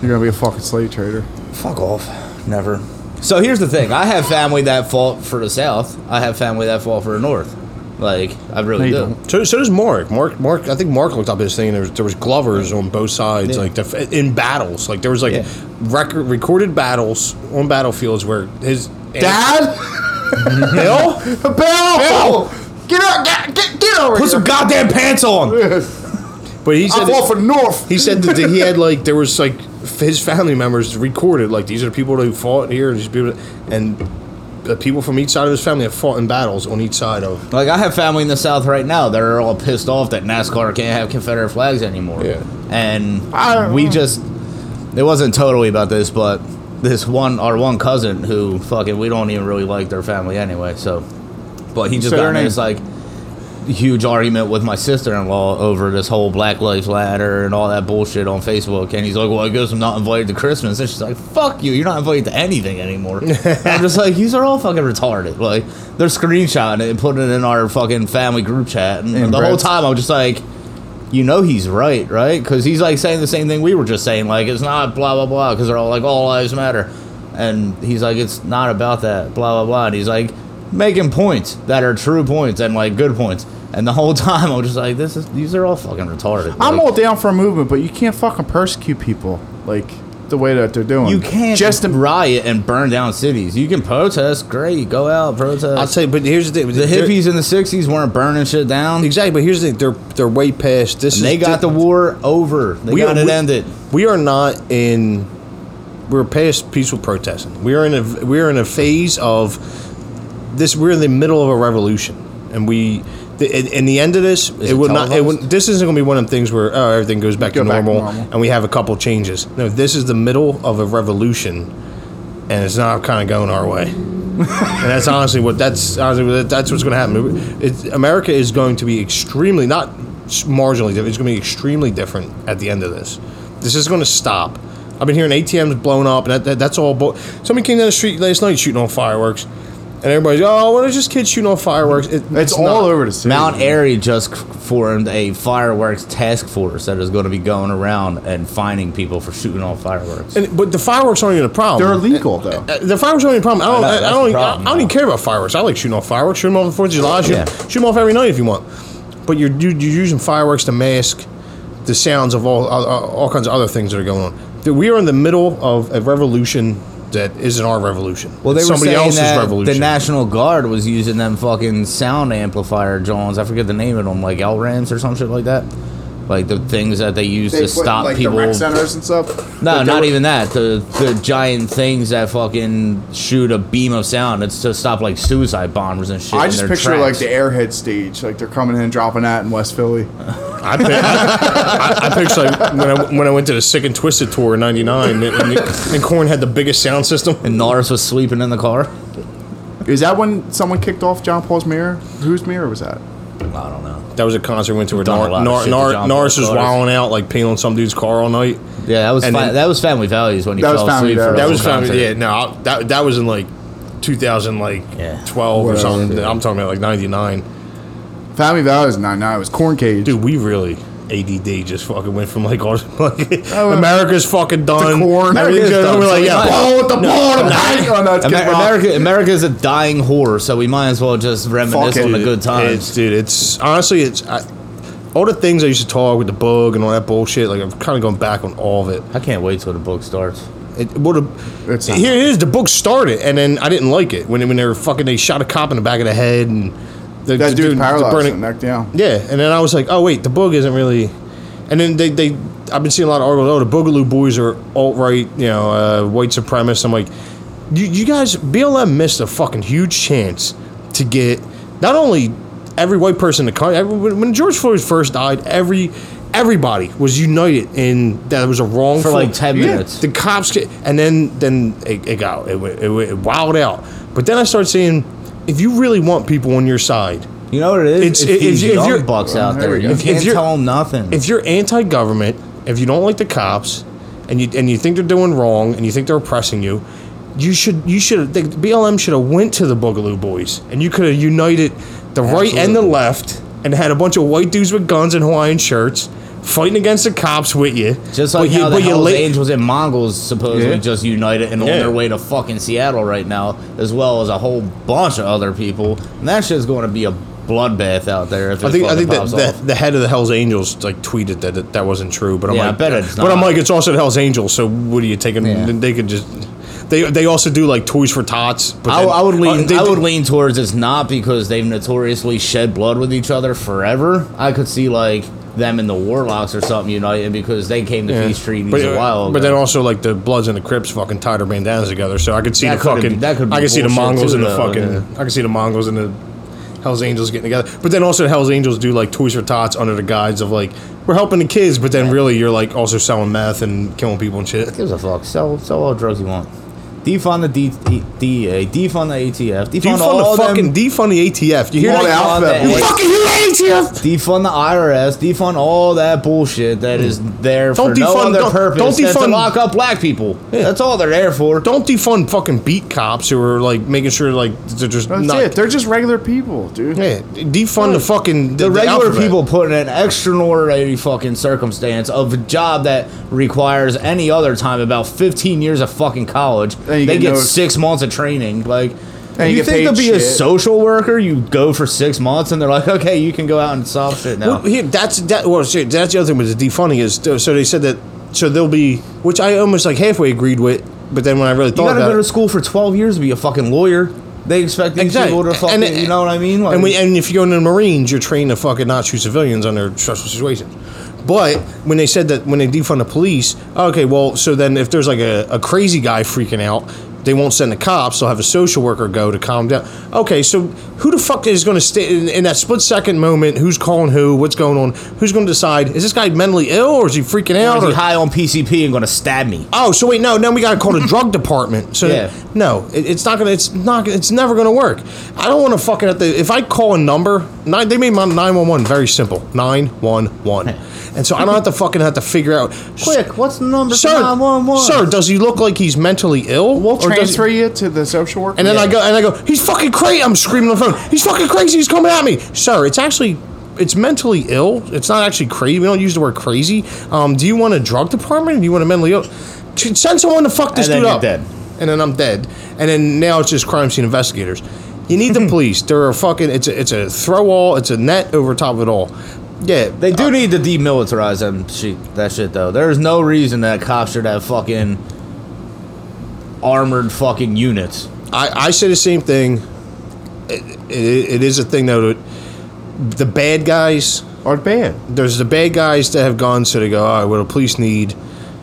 You're gonna be a fucking slave trader. Fuck off. Never. So here's the thing. I have family that fought for the South. I have family that fought for the North. Like, I really you do. don't. So, so does Mark. Mark, Mark. I think Mark looked up his thing, and there was, there was Glovers on both sides, Yeah. like def- in battles. Like there was like Yeah. record recorded battles on battlefields where his Dad, Bill Bill, get out, get get, get over Put some here. goddamn pants on. But he said I'm all for North. he said that he had like there was like f- his family members recorded like these are the people who fought here and these people and the people from each side of his family have fought in battles on each side of Like I have family in the South right now that are all pissed off that NASCAR can't have Confederate flags anymore. Yeah. And I- we just it wasn't totally about this, but this one our one cousin who fucking we don't even really like their family anyway, so but he just Say got their in name. this like huge argument with my sister in law over this whole Black Lives Matter and all that bullshit on Facebook and he's like, Well I guess I'm not invited to Christmas and she's like, Fuck you, you're not invited to anything anymore. And I'm just like, These are all fucking retarded. Like they're screenshotting it and putting it in our fucking family group chat and, And the whole Brett's- time I'm just like you know he's right, right? Because he's like saying the same thing we were just saying, like it's not blah blah blah. Because they're all like all lives matter, and he's like it's not about that blah blah blah. And he's like making points that are true points and like good points. And the whole time I'm just like this is these are all fucking retarded. I'm Like, all down for a movement, but you can't fucking persecute people like the way that they're doing. you can't just just to riot and burn down cities. You can protest, great, go out protest. I'll tell you but here's the thing the they're- hippies in the '60s weren't burning shit down. exactly but here's the thing they're they're way past this And they is got the war over. They We got are- it we- ended. we are not in we're past peaceful protesting we are in a we are in a phase of this we're in the middle of a revolution and we the, in, in the end of this it, it will not it will, televised? this isn't going to be one of the things where oh, everything goes back, Go to, back to normal, normal. and we have a couple changes no this is the middle of a revolution and it's not kind of going our way and that's honestly what that's honestly what- that's what's going to happen it's, america is going to be extremely not s- marginally different it's going to be extremely different at the end of this this is going to stop i've been hearing atms blown up and that, that, that's all bull- somebody came down the street last night shooting on fireworks and everybody's oh what is just kids shooting on fireworks It- it's, all not- over the city. Mount Airy just c- formed a fireworks task force that is going to be going around and finding people for shooting off fireworks. and, but the fireworks aren't even a problem they're illegal though. Uh, The fireworks aren't even a problem. I don't. I know, I, that's I don't. the even- problem, I, I don't though. even care about fireworks. I like shooting off fireworks. Shoot them off on the Fourth of July. Shoot, Yeah. shoot them off every night if you want. But you're you, you're using fireworks to mask the sounds of all all, all kinds of other things that are going on. That We are in the middle of a revolution that isn't our revolution. Well, they It's were somebody saying else's that revolution. the National Guard was using them fucking sound amplifier Johns. I forget the name of them, like LRAMs or some shit like that. Like the things that they use to stop like people. the rec centers and stuff. no, Like, they not were- even that. The the giant things that fucking shoot a beam of sound. It's to stop like suicide bombers and shit. I in just their picture like tracks. the Airhead stage, like they're coming in and dropping that in West Philly. I, pic- I, I picture like when I, when I went to the Sick and Twisted tour in '99, and, and, and Korn had the biggest sound system. and Norris was sleeping in the car. Is that when someone kicked off John Paul's mirror? Whose mirror was that? I don't know. That was a concert we went to where Done Nar- a lot of Nar- shit to Nar- John Norris was Paul's wilding out like peeling some dude's car all night. Yeah, that was And fa- then- that was Family Values when he That was fell Family asleep. for Values. the That whole was concert. yeah. No, I- that that was in like 2000, like Yeah. 12 or Whatever, something. dude. I'm talking about like '99. Family Values nine nine. It was Corn Cage. Dude, we really ADD just fucking went from like, all, like Oh, well. America's fucking done. corn. Everything's America's done. done, We're so like, we yeah, might- ball with the ball tonight. Oh, no, it's Kid Amer- Rock. America, America is a dying whore, so we might as well just reminisce it, on the Dude, good It's, times. dude, it's honestly, it's I, all the things I used to talk with the bug and all that bullshit. Like I'm kind of going back on all of it. I can't wait till the book starts. It would It's have. not- Here it is. The book started, and then I didn't like it when when they were fucking. They shot a cop in the back of the head, and the, that dude's the dude- the paralyzed. burning- and neck down. Yeah, and then I was like, oh wait, the book isn't really. And then they, they I've been seeing a lot of articles. Oh, the Boogaloo Boys are alt right, you know, uh, white supremacists. I'm like, you, you guys, BLM missed a fucking huge chance to get not only every white person in the country. every- When when George Floyd first died, every everybody was united in that it was a wrong For like 10 minutes. The cops, ca- and then then it, it got it, went- it, went- it wowed out. But then I started saying, if you really want people on your side, You know what it It's- is? It's, if- these if young you're- bucks out There there. we go. You If- if can't you're- tell them nothing. if you're anti-government, if you don't like the cops, and you and you think they're doing wrong, and you think they're oppressing you, you should you should the BLM should have went to the Boogaloo Boys, and you could have united the right and the Absolutely. left, and had a bunch of white dudes with guns and Hawaiian shirts fighting against the cops with you. just like how the but you Hell's la- Angels and Mongols supposedly Yeah. just united and Yeah. on their way to fucking Seattle right now, as well as a whole bunch of other people. And that shit's going to be a bloodbath out there if it I think I think that pops the, off. the head of the Hell's Angels like tweeted that it, that wasn't true, but I'm Yeah, I like, bet it's but I'm not. like, it's also the Hell's Angels, so what are you taking? Yeah. They could just they they also do like Toys for Tots. But I, then- I would lean. uh, they I do- would lean towards it's not because they've notoriously shed blood with each other forever. I could see like them and the Warlocks or something uniting because they came to Yeah. Peace Treaties but, uh, a while ago. But then also like the Bloods and the Crips fucking tied their bandanas together, so I could see That the could've- fucking that could be I could see the bullshit Mongols too, and the though, fucking yeah. I could see the Mongols and the Hell's Angels getting together. But then also the Hell's Angels do like Toys for Tots under the guise of like we're helping the kids, but then really you're like also selling meth and killing people and shit. gives a fuck. Sell sell all drugs you want. Defund the D, D, DEA. Defund the ATF. Defund, Defund all the fucking them. defund the ATF. You hear All that? the alphabet that- boys. Wait. fucking hear that ATF? Defund the IRS. Defund all that bullshit that is there Don't for no defund- other don't- purpose. don't than to defund- lock up black people. That's all they're there for. Don't defund fucking beat cops who are like making sure like they're just That's not. it. They're just regular people, dude. Yeah, defund the fucking the regular alphabet. people put in an extraordinary fucking circumstance of a job that requires any other time about 15 years of fucking college. you They get get no- six months of training. Like, And you you, get think to paid be a shit. social worker, you go for six months and they're like, okay, you can go out and solve shit now. Well, here, that's that. Well, shit, that's the other thing with the defunding is so they said that so there'll be which I almost like halfway agreed with, but then when I really you thought gotta about go to it, school for 12 years to be a fucking lawyer. They expect these people to fucking, you know what I mean? Like, and we, and if you go into the Marines, you're trained to fucking not shoot civilians under stressful situations. But when they said that when they defund the police, okay, well, so then if there's like a, a crazy guy freaking out, they won't send the cops. They'll have a social worker go to calm down. Okay, so who the fuck is going to stay in, in that split second moment? Who's calling who? What's going on? Who's going to decide? Is this guy mentally ill or is he freaking or out? is he or- high on PCP and gonna stab me? Oh, so wait, no, now we gotta call the drug department. So Yeah. no, it, it's not gonna, it's not, gonna- it's never gonna work. I don't want to fucking have to. If I call a number, nine, they made my nine one one very simple, nine one one, and so I don't have to fucking have to figure out. Quick, what's the number? for sir, 911? sir, does he look like he's mentally ill? We'll Or does- transfer you to the social worker. and then I go and I go, he's fucking crazy. I'm screaming on the phone. He's fucking crazy. He's coming at me, sir. It's actually, it's mentally ill. It's not actually crazy. We don't use the word crazy. Um, do you want a drug department? Or do you want a mentally ill? Ch- Send someone to fuck this And then dude you're up. dead. And then I'm dead. And then now it's just crime scene investigators. You need the police. They're a fucking. It's a, it's a throw all. It's a net over top of it all. Yeah, They do need to demilitarize them shit, that shit though. There's no reason that cops should have fucking armored fucking units. I, I say the same thing. It, it, it is a thing though. The bad guys, Aren't bad. there's the bad guys that have guns, so they go, all right, well, the police need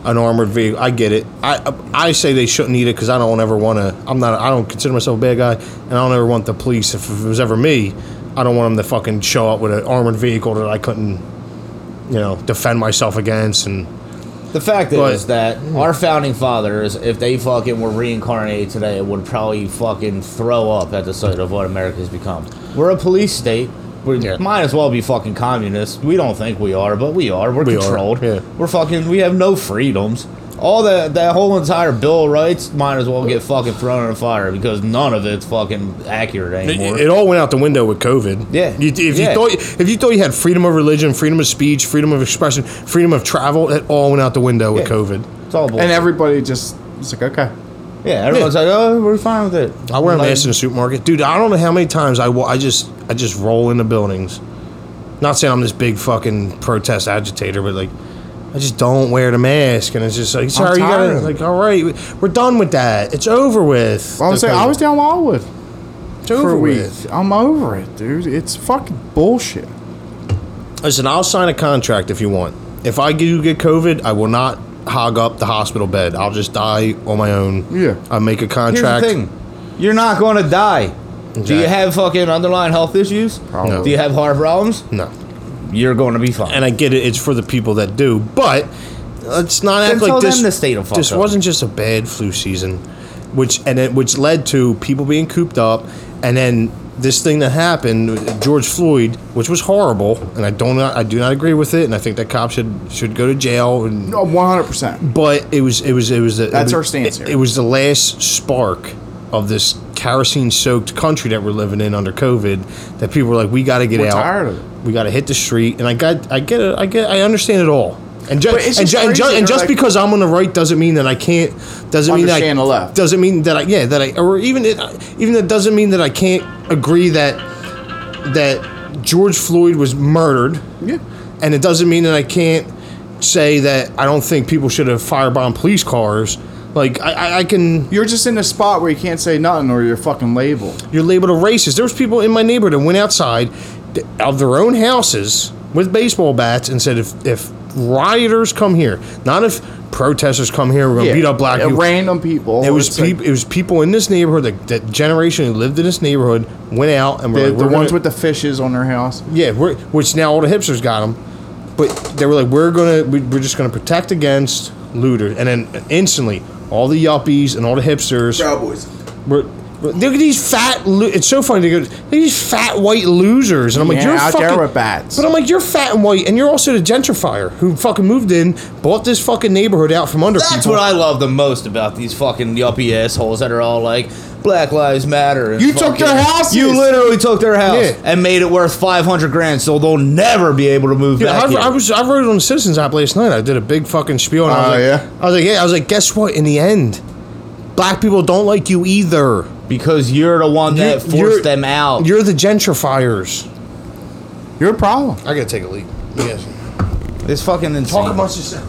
an armored vehicle. I get it. I I say they shouldn't need it because I don't ever want to. I'm not. I don't consider myself a bad guy, and I don't ever want the police. If it was ever me, I don't want them to fucking show up with an armored vehicle that I couldn't, you know, defend myself against. And The fact But- is that our founding fathers, if they fucking were reincarnated today, would probably fucking throw up at the sight of what America's become. We're a police state. We might as well be fucking communists. We don't think we are, but we are. We're We are, controlled. yeah. We're fucking. We have no freedoms. All that that whole entire Bill of Rights might as well get fucking thrown in the fire because none of it's fucking accurate it, anymore. it all went out the window with COVID. Yeah. You, if Yeah. you thought if you thought you had freedom of religion, freedom of speech, freedom of expression, freedom of travel, it all went out the window with Yeah. COVID. it's all bullshit. And everybody just it's like okay. yeah, everyone's like, oh, we're fine with it. I wear a Like, mask in the supermarket, dude. I don't know how many times I, wa- I just I just roll into buildings. Not saying I'm this big fucking protest agitator, but like I just don't wear the mask, and it's just like sorry, you tired gotta of it. like all right, we're done with that. It's over with. Well, I'm saying I was down Wildwood it's for over a week. with. I'm over it, dude. It's fucking bullshit. Listen, I'll sign a contract if you want. If I do get COVID, I will not hog up the hospital bed. I'll just die on my own. Yeah. I make a Here's contract. the thing: you're not going to die. Do Exactly. you have fucking underlying health issues? Probably. Do you have heart problems? No, You're going to be fine. and I get it. It's for the people that do, but let's not act Then like tell this. them to stay the fuck this up. wasn't just a bad flu season, which and it which led to people being cooped up, and then this thing that happened, George Floyd, which was horrible, and I don't I do not agree with it, and I think that cops should should go to jail. And, No, 100. Oh, percent But it was it was it was the, That's it was- our stance it- here. It was the last spark of this kerosene soaked country that we're living in under COVID that people were like, we got to get We're out. tired of it. We got to hit the street, and I got I get it. I get I understand it all. And, ju- But it's and, just ju- and, ju- crazy, and they're just like- because I'm on the right doesn't mean that I can't doesn't mean that I, Understand the left. doesn't mean that I yeah that I or even it, even that doesn't mean that I can't agree that that George Floyd was murdered Yeah. and it doesn't mean that I can't say that I don't think people should have firebombed police cars. Like I, I, I can, You're just in a spot where you can't say nothing or you're fucking labeled. you're labeled a racist. There was people in my neighborhood that went outside th- of their own houses with baseball bats and said, if if rioters come here, not if protesters come here, we're gonna beat up black Yeah, people. random people. It was It's like people. it was people in this neighborhood that, that generation who lived in this neighborhood went out and were the, like, the we're ones gonna- with the fishes on their house. Yeah, we're, which now all the hipsters got them, but they were like, we're gonna, we, we're just gonna protect against looters, and then instantly all the yuppies and all the hipsters. Cowboys. Were, were- look at these fat. Lo- it's so funny. They go, "Look at these fat white losers, and I'm like, Yeah, you're out fucking. there with bats. But I'm like, you're fat and white, and you're also the gentrifier who fucking moved in, bought this fucking neighborhood out from under That's people. what I love the most about these fucking yuppie assholes that are all like, "Black lives matter." and You took fucking- their houses! You literally took their house Yeah. and made it worth five hundred grand, so they'll never be able to move Yeah, back. I, here. I was I wrote it on the Citizens app last night. I did a big fucking spiel. And I Oh, was like, yeah? I was like, yeah. I was like, guess what? In the end, black people don't like you either. because you're the one that You- you're- forced them Oh. out. You're the gentrifiers. Your problem. I gotta take a leak. Yes. It's fucking insane. yourself.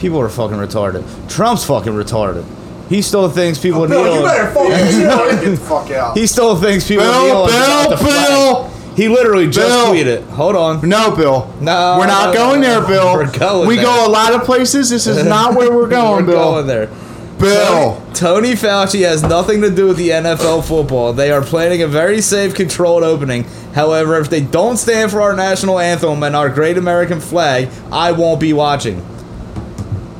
People are fucking retarded. Trump's fucking retarded. He still thinks people kneel. Bill, you better fucking chill. Get the fuck out. He still thinks people Bill, kneel and Bill, drop the flag. He literally just Bill. tweeted. Hold on. No, Bill. No, we're not no, going no, there, no. Bill. We're going We there. go a lot of places. This is not where we're going, We're Bill. going there. Bill. Tony Fauci has nothing to do with the NFL football. They are planning a very safe, controlled opening. However, if they don't stand for our national anthem and our great American flag, I won't be watching.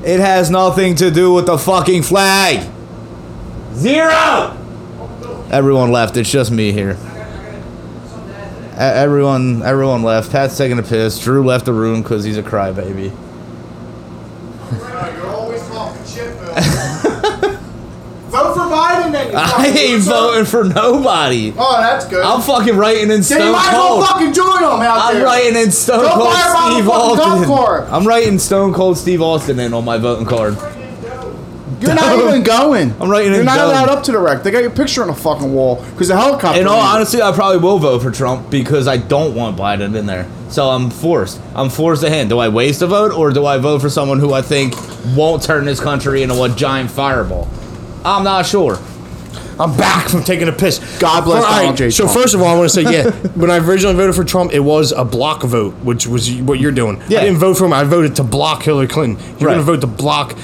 It has nothing to do with the fucking flag. Zero. Everyone left. It's just me here. E- Everyone, everyone left. Pat's taking a piss. Drew left the room because he's a crybaby. You're always talking shit, Bill. Vote for Biden, then. I ain't voting for nobody. Oh, that's good. I'm fucking writing in then you stone might as well cold. fucking join them out I'm there. writing in stone Go cold fire by the Steve fucking golf Austin. cart. I'm writing stone cold Steve Austin in on my voting card. You're not even going. I'm writing You're in not going. allowed up to the wreck. They got your picture on a fucking wall because the helicopter. In all landed. honesty, I probably will vote for Trump because I don't want Biden in there. So I'm forced. I'm forced to hand. Do I waste a vote or do I vote for someone who I think won't turn this country into a giant fireball? I'm not sure. I'm back from taking a piss. God bless All Donald J. So Trump. first of all, I want to say, yeah, when I originally voted for Trump, it was a block vote, which was what you're doing. Yeah. I didn't vote for him. I voted to block Hillary Clinton. You're Right. going to vote to block.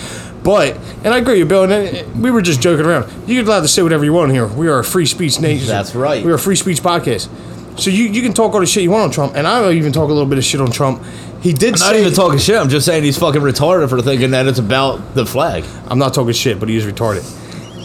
But, and I agree with you, Bill, and uh, we were just joking around. You're allowed to say whatever you want here. We are a free speech nation. That's right. We are a free speech podcast. So you, you can talk all the shit you want on Trump, and I'll even talk a little bit of shit on Trump. He did I'm not say- even talking shit. I'm just saying he's fucking retarded for thinking that it's about the flag. I'm not talking shit, but he is retarded.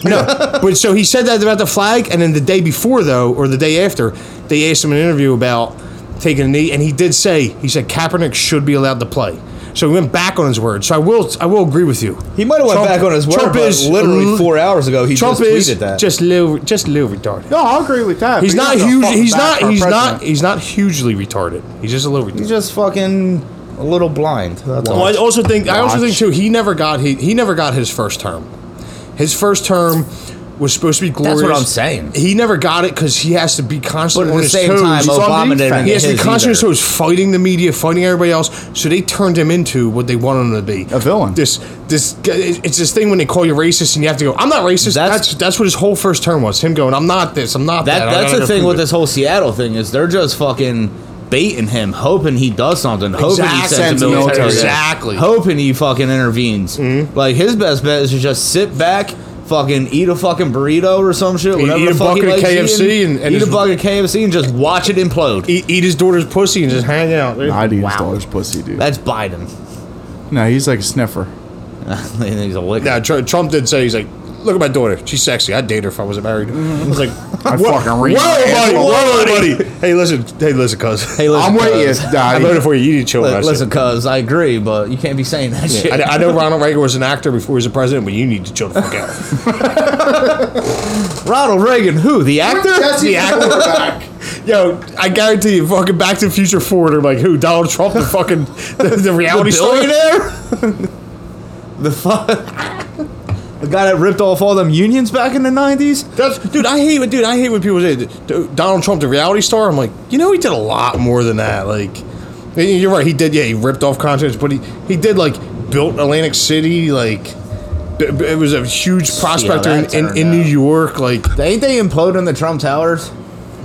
No, but so he said that about the flag, and then the day before, though, or the day after, they asked him in an interview about taking a knee, and he did say he said Kaepernick should be allowed to play. So he went back on his word. So I will, I will agree with you. He might have went back on his word, but literally four hours ago he Trump just is tweeted that. just little, just little retarded. No, I agree with that. he's but not gonna huge. fuck He's back not. for a He's not. president. He's not hugely retarded. He's just a little retarded. He's just fucking a little blind. That's all. Well, I also think I also Watch. think too. He never got he he never got his first term. His first term was supposed to be glorious. what I'm saying. He never got it because he has to be But constantly at on the his same toes. time, on Obama defense. didn't he has get to be his constantly on his either. toes, fighting the media, fighting everybody else. So they turned him into what they wanted him to be A villain. This this guy- it's this thing when they call you racist and you have to go. I'm not racist. That's- That's that's, what his whole first term was. Him going. I'm not this. I'm not that. That, I that's gotta the go thing prove with it." this whole Seattle thing is they're just fucking baiting him, hoping he does something, hoping he Exactly. sends a Sends military, military, exactly. Mm-hmm. hoping he fucking intervenes. Like his best bet is to just sit back, fucking eat a fucking burrito or some shit, Eat- whatever eat the a fuck he bucket of likes KFC eating, and- and eat a just- bucket of KFC and just watch it implode. Eat, eat his daughter's pussy and just hang out. dude. I'd eat his Wow. daughter's pussy, dude. That's Biden. no, he's like a sniffer. He's a lick. Yeah, Tr- Trump did say he's like, look at my daughter, she's sexy. I'd date her if I wasn't married. I was like, I fucking read my Whoa, buddy, asshole. whoa, buddy. Hey, listen, hey, listen, cuz. Hey, listen, I'm with cuz. you, I Daddy. voted for you. You need to chill. Li- with us. Listen, cuz I agree, but you can't be saying that shit. I, I know Ronald Reagan was an actor before he was a president, but you need to chill the fuck out. Ronald Reagan, who the actor? Jesse Ackerback. Yo, I guarantee you, fucking Back to the Future forward. I'm like, who? Donald Trump, the fucking the, the reality star. the fuck? the guy that ripped off all them unions back in the nineties? That's, dude, I hate when dude, I hate when people say "D- Donald Trump the reality star. I'm like, you know, he did a lot more than that. Like, y- you're right, he did. Yeah, he ripped off contracts, but he he did like built Atlantic City. Like, b- b- it was a huge prospector that in, in, turned in New out. York. Like, Ain't they imploding the Trump Towers?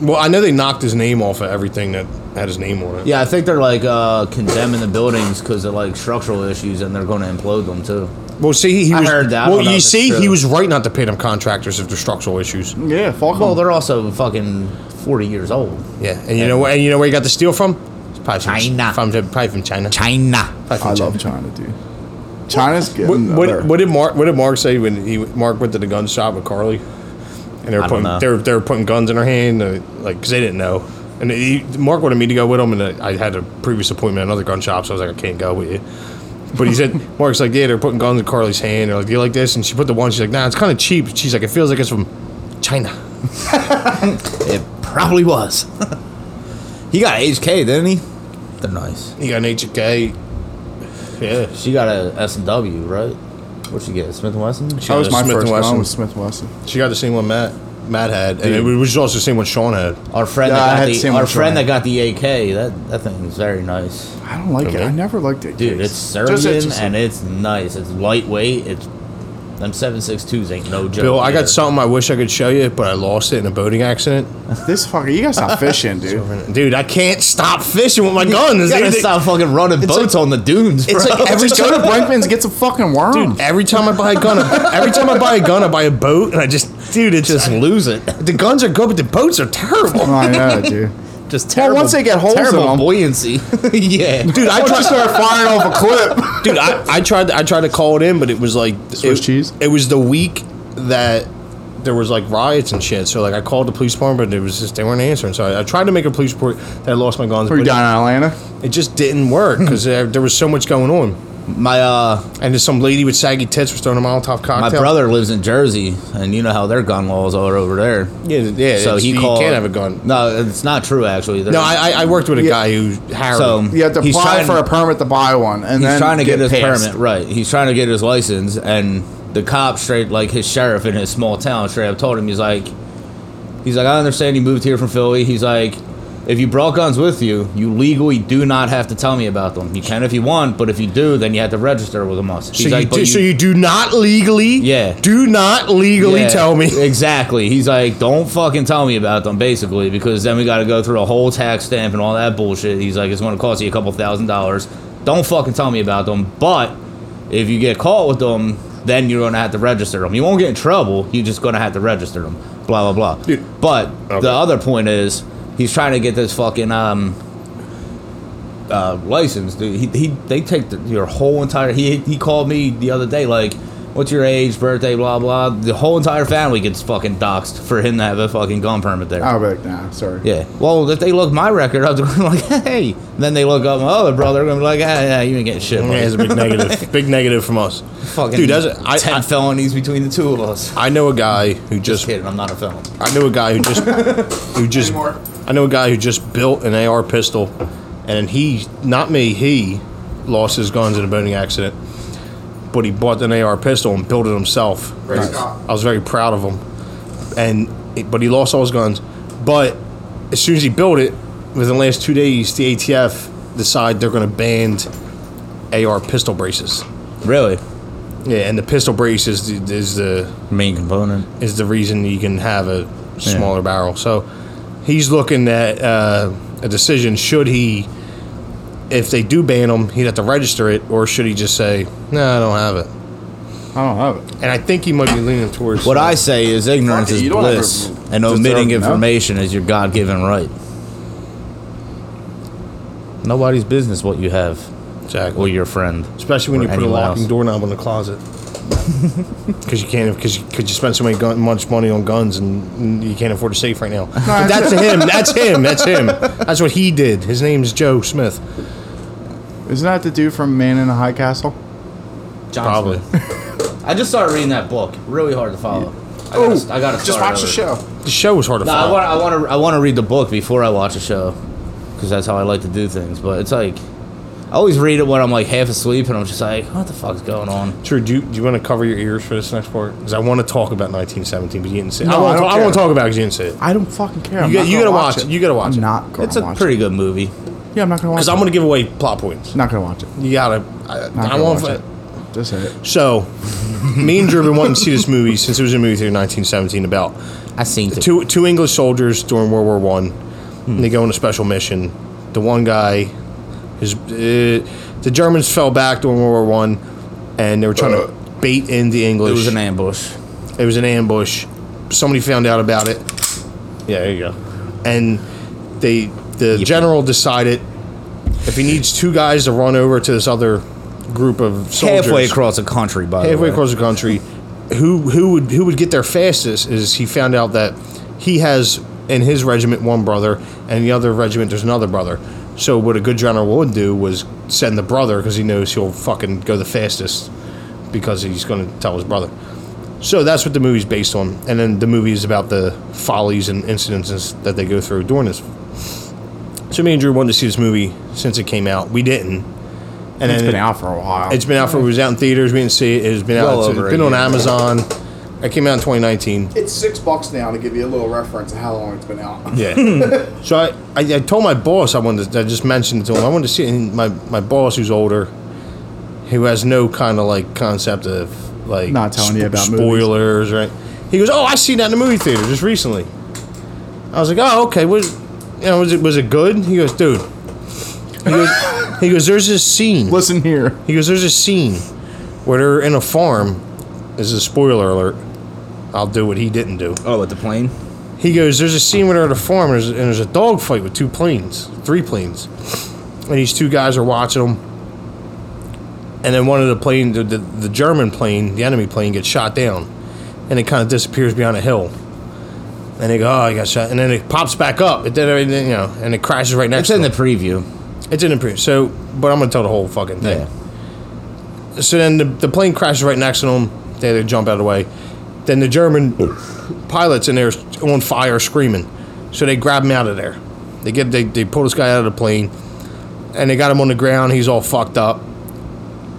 well, I know they knocked his name off of everything that had his name on it. Yeah, I think they're like uh, condemning the buildings because of like structural issues, and they're going to implode them too. Well, see, he, he I was. heard that. I Well, don't know you if it's see, he true. was right not to pay them contractors if there's structural Mm-hmm. issues. Yeah, fuck Well, him. they're also fucking forty years old. Yeah, and you know where? And you know where he got the steel from? It's probably from China. From, probably from China. China. Probably from I China. love China, dude. China's What, getting Mm, what, there. what did Mark? What did Mark say when he Mark went to the gun shop with Carly? And they were I don't putting know. they were, they were putting guns in her hand, uh, like because they didn't know. And he, Mark wanted me to go with him, and uh, I I had a previous appointment at another gun shop, so I was like, I can't go with you. But he said, Mark's like, yeah, they're putting guns in Carly's hand. They're like, do you like this? And she put the one. She's like, nah, it's kind of cheap. She's like, it feels like it's from China. It probably was. he got HK, didn't he? They're nice. He got an HK. Yeah, She got a S and W, right? What'd she get? Smith and Wesson. that was my Smith and first Wesson. one with Smith Wesson. she got the same one Matt Matt had, and it was also the same one Sean had. Our friend, Yeah, I that had got the the, same our one friend trying. that got the AK. That that thing is very nice. I don't like it. I never liked it. Dude, it's Just- Serbian just- and it's nice. It's lightweight. It's them seven six twos ain't no joke. Bill, I either. got something I wish I could show you, but I lost it in a boating accident. This fucking you guys not fishing, dude. Dude, I can't stop fishing with my gun. You gotta stop fucking running boats on the dunes, bro. It's like every Just go to time, Brinkman's, get some fucking worm. dude, every time I buy a gun, I- every time I buy a gun, I buy a boat, and I just, dude, it's just just lose it. the guns are good, but the boats are terrible. Oh, I know, dude. Just terrible. once they get holes in terrible them- buoyancy. yeah, Dude, I Just tried, start firing off a clip. dude, I, I tried, I tried to call it in, but it was like Swiss it- cheese? It was the week that there was like riots and shit. So like, I called the police department, but it was just they weren't answering. So I, I tried to make a police report that I lost my guns, Are but you it, down in Atlanta? it just didn't work because there, there was so much going on. my uh, And there's some lady with saggy tits was throwing a Molotov cocktail. my brother lives in Jersey, and you know how their gun laws are over there. Yeah, yeah. so it's- he you called. can't have a gun. No, it's not true actually. They're- No, I, I- I worked with a Yeah. guy who hired. So- him. You have to He's apply trying- for a permit to buy one, and he's then trying to get, his passed. permit right he's trying to get his license and the cop straight like his sheriff in his small town straight up told him he's like he's like i understand you moved here from philly he's like If you brought guns with you, you legally do not have to tell me about them. You can if you want, but if you do, then you have to register with them. Us. So, you do, so you do not legally. Yeah. Do not legally Yeah, tell me. Exactly. He's like, don't fucking tell me about them, basically, because then we got to go through a whole tax stamp and all that bullshit. He's like, it's going to cost you a couple thousand dollars. Don't fucking tell me about them. But if you get caught with them, then you're going to have to register them. You won't get in trouble. You're just going to have to register them. Blah, blah, blah. Dude. But Okay. the other point is, he's trying to get this fucking. um uh, license, dude. He, he they take the, your whole entire. He he called me the other day, like, "What's your age, birthday, blah blah." The whole entire family gets fucking doxxed for him to have a fucking gun permit Oh. there. I'll be like, Oh, nah, sorry. Yeah. Well, if they look my record up, they're gonna be like, "Hey." Then they look up my other brother, they're gonna be like, "Ah, yeah, you ain't getting shit." Yeah, buddy." it's a big negative. Big negative from us. fucking dude, that's I, ten I, felonies between the two of us. I know a guy who just Just kidding. I'm not a felon. I know a guy who just who just Anymore. I know a guy who just built an AR pistol, and he not me he lost his guns in a boating accident, but he bought an AR pistol and built it himself. Nice. I was very proud of him, and but he lost all his guns. But as soon as he built it, within the last two days, the ATF decide they're going to ban AR pistol braces. Really? Yeah, and the pistol brace is the, is the Main component. is the reason you can have a smaller barrel. So he's looking at uh, a decision: should he, if they do ban him, he'd have to register it, or should he just say, "No, I don't have it"? I don't have it. And I think he might be leaning towards What I say is ignorance Fuck it, is you don't have to bliss, remove- and Just omitting throw it out. information is your God-given right. Nobody's business what you have or exactly, your friend. especially when or you put a anyone locking else. doorknob on the closet. Because you can't, because you, 'cause you spend so many gun, much money on guns, and you can't afford a safe right now. But that's him. That's him. That's him. That's what he did. His name's Joe Smith. Isn't that the dude from Man in the High Castle? Probably. I just started reading that book. Really hard to follow. I gotta, Oh, I gotta just start watch the over. show. The show was hard to No, follow. I want, I want to, I want to read the book before I watch a show, because that's how I like to do things. But it's like, I always read it when I'm like half asleep, and I'm just like, what the fuck's going on? True. Do you, do you want to cover your ears for this next part? Because I want to talk about 1917, but you didn't say it. No, I I want to don't I care. won't talk about it because you didn't say it. I don't fucking care. I'm You got- not you gonna gotta watch watch it. You gotta watch I'm it. not gonna It's a watch pretty good movie. It. Yeah, I'm not gonna watch Because it. I'm going to give away plot points. not gonna watch it. You gotta. I, Not I gonna want. watch it. Just say it. So, me and Drew have been wanting to see this movie since it was a movie theater in 1917 about I seen it. two two English soldiers during World War One. Hmm. and They go on a special mission. The one guy, his uh, the Germans fell back during World War One, and they were trying Uh. to bait in the English. It was an ambush. It was an ambush. Somebody found out about it. Yeah, there you go. And they, the general decided if he needs two guys to run over to this other group of soldiers Halfway across the country, by the way. halfway across the country, who who would who would get there fastest is he found out that he has in his regiment one brother and the other regiment there's another brother. So what a good general would do was send the brother because he knows he'll fucking go the fastest because he's going to tell his brother. So that's what the movie's based on, and then the movie is about the follies and incidents that they go through during this. So me and Drew wanted to see this movie since it came out. We didn't, and It's then been out for a while. it's been out for. It was out in theaters. We didn't see it. It's been Well out. It's over a been on year. Amazon. It came out in 2019. it's six bucks now to give you a little reference of how long it's been out. Yeah. so I, I, I told my boss I wanted. To, I just mentioned it to him. I wanted to see it. And my my boss, who's older, who has no kind of like concept of like Not telling you about movies. spoilers, right? He goes, "Oh, I seen that in the movie theater just recently." I was like, "Oh, okay. Was you know was it was it good?" He goes, "Dude." He goes, he goes, "There's this scene." Listen here. He goes, "There's a scene where they're in a farm." This is a spoiler alert. I'll do what he didn't do. Oh, at the plane? He goes, "There's a scene where they're at a farm, and there's, and there's a dog fight with two planes, three planes, and these two guys are watching them. And then one of the plane, the, the, the German plane, the enemy plane, gets shot down, and it kind of disappears behind a hill." And they go, oh, I got shot. And then it pops back up. It did, you know, and it crashes right next It's to in the him. preview. It's in the pre. So, but I'm gonna tell the whole fucking thing. Yeah. So then the, the plane crashes right next to them. They had to jump out of the way. Then the German pilots in there is on fire screaming. So they grab him out of there. They get they, they pull this guy out of the plane and they got him on the ground. He's all fucked up.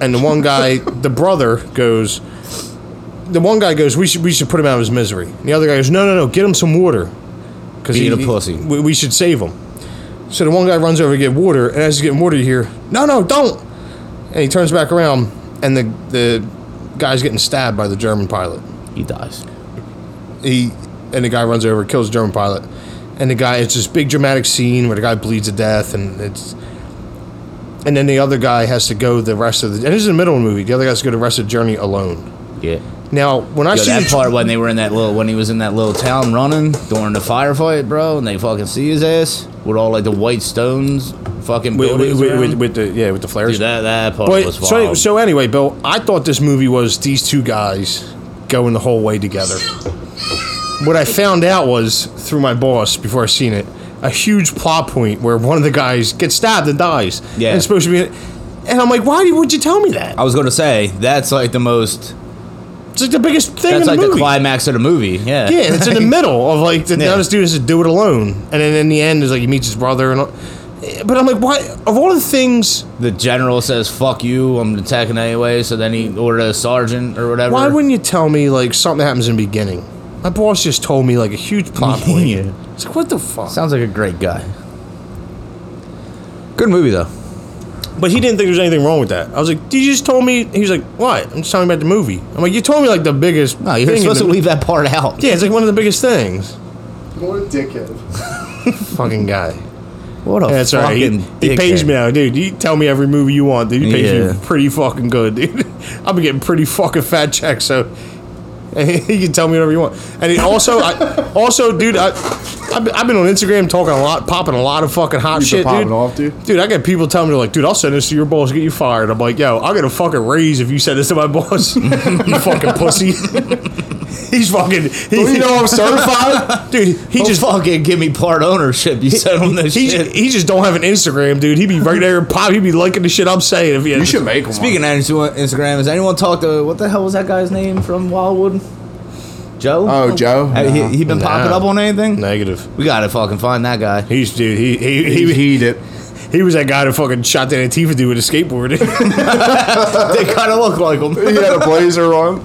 And the one guy, the brother, goes, the one guy goes, we should, we should put him out of his misery. And the other guy goes, no, no, no, get him some water. Cause Being a pussy. We, we should save him. So the one guy runs over to get water, and as he's getting water, you hear, "No, no, don't!" And he turns back around, and the the guy's getting stabbed by the German pilot. He dies. He and the guy runs over, kills the German pilot, and the guy. It's this big dramatic scene where the guy bleeds to death, and it's. And then the other guy has to go the rest of the. And this is in the middle of the movie. The other guy has to go the rest of the journey alone. Yeah. Now, when I Yo, see that the- part when they were in that little when he was in that little town running during the firefight, bro, and they fucking see his ass with all like the white stones, fucking with, buildings. with, with, around. with, with the yeah with the flares. Dude, that that part But was wild. so, so anyway, Bill, I thought this movie was these two guys going the whole way together. What I found out was through my boss before I seen it, a huge plot point where one of the guys gets stabbed and dies. Yeah. and it's supposed to be. And I'm like, why would you tell me that? I was gonna say that's like the most. It's like the biggest thing in That's the like movie. the climax of the movie. Yeah. Yeah, and it's in the middle of like the, Yeah. now this dude has to do it alone, and then in the end is like he meets his brother and. All, but I'm like, why? Of all the things, the general says "fuck you," I'm attacking anyway. So then he or the sergeant or whatever. Why wouldn't you tell me like something happens in the beginning? My boss just told me like a huge plot point. Yeah. It's like what the fuck? Sounds like a great guy. Good movie though. But he didn't think there was anything wrong with that. I was like, "Did you just told me?" He was like, "What?" I'm just talking about the movie. I'm like, "You told me like the biggest." No, you're thing in supposed the- to leave that part out. Yeah, it's like one of the biggest things. What a dickhead. Fucking guy. What a Yeah, that's right. He, fucking. he pays me now, dude. You tell me every movie you want, dude. He pays Yeah. me pretty fucking good, dude. I've been getting pretty fucking fat checks, so he can tell me whatever you want. And he also, I, also, dude, I, I've, been- I've been on Instagram talking a lot, popping a lot of fucking You've hot been shit, popping dude. off, dude. I get people telling me they're like, dude, I'll send this to your boss, get you fired. I'm like, yo, I'll get a fucking raise if you send this to my boss. you fucking pussy. He's fucking. He, you know I'm certified, dude. He Just just fucking give me part ownership. You said on this he, shit. he just don't have an Instagram, dude. He be right there and pop. He be liking the shit I'm saying. If he had, You should make one. Speaking of Insta- Instagram, has anyone talked to what the hell was that guy's name from Wildwood? Joe. Oh, Joe? Have No. he, he been popping No. up on anything? negative. We gotta fucking find that guy. He's dude. He he he he, he, heed it. was that guy that fucking shot that Antifa dude with a skateboard. they kind of look like him. He had a blazer on.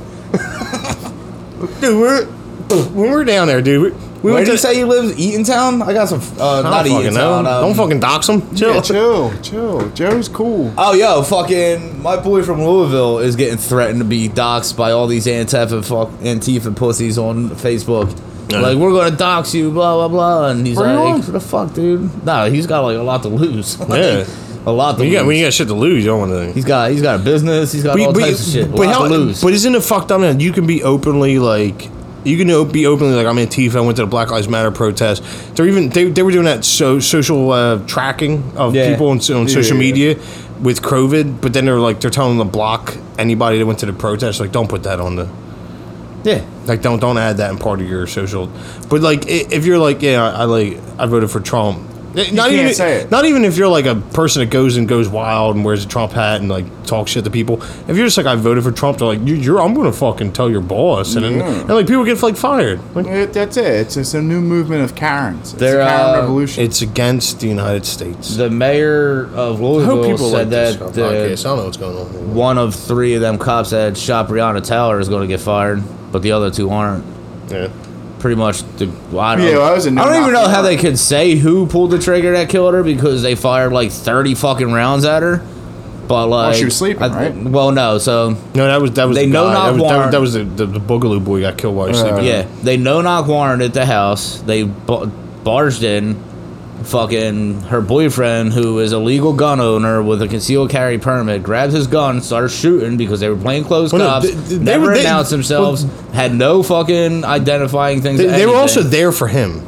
dude, we're when we we're down there, dude. We, we Where went to did you say he lives? Eatontown? I got some. Uh, I don't not fucking Eatontown. know. um, don't fucking dox him. Chill. Yeah, chill, chill. Joe's cool. Oh, yo, fucking. My boy from Louisville is getting threatened to be doxxed by all these Antifa, fuck, Antifa pussies on Facebook. Like, we're gonna dox you, blah, blah, blah. And he's Bring it on. like, what the fuck, dude? No, he's got, like, a lot to lose. Like, Yeah. A lot to When you got lose. when you got shit to lose, you don't want to. he's got he's got a business. He's got all types of shit. a lot how- to lose. but isn't it fucked up? Now you can be openly like, you can o- be openly like, I'm Antifa. I went to the Black Lives Matter protest. They're even they, they were doing that so social uh, tracking of Yeah. people on, so- on Yeah, social yeah, media with COVID. But then they're like, they're telling them to block anybody that went to the protest. Like, don't put that on the yeah. like don't don't add that in part of your social. But like i- if you're like yeah, I like I voted for Trump. Eh, Not can't even say it. not even if you're like a person that goes and goes wild and wears a Trump hat and like talks shit to people. If you're just like I voted for Trump, they're like you, you're I'm gonna fucking tell your boss and, then, Yeah. and like people get like fired. Like, It, that's it. It's just a new movement of Karens. It's They're, a Karen uh, revolution. it's against the United States. The mayor I of hope Louisville people said like this that uh, podcast. I the, don't know what's going on. here. one of three of them cops that shot Breonna Taylor is gonna get fired, but the other two aren't. Yeah. pretty much the. well, I don't, Yeah, well, that was a I don't even know no-knock how warrant. they could say who pulled the trigger that killed her because they fired like thirty fucking rounds at her. But like, she was sleeping, I- right? Well, no. So No, that was that was They the know guy. not that, was, that, was, warrant. that was the, the, the Boogaloo boy got killed while he was sleeping. yeah, they no knock warrant at the house. They bar- barged in. Fucking her boyfriend, who is a legal gun owner with a concealed carry permit, grabs his gun, starts shooting because they were plainclothes Well, no, cops. they- they never were- they- announced themselves. had no fucking identifying things. They, they were also anything, there for him.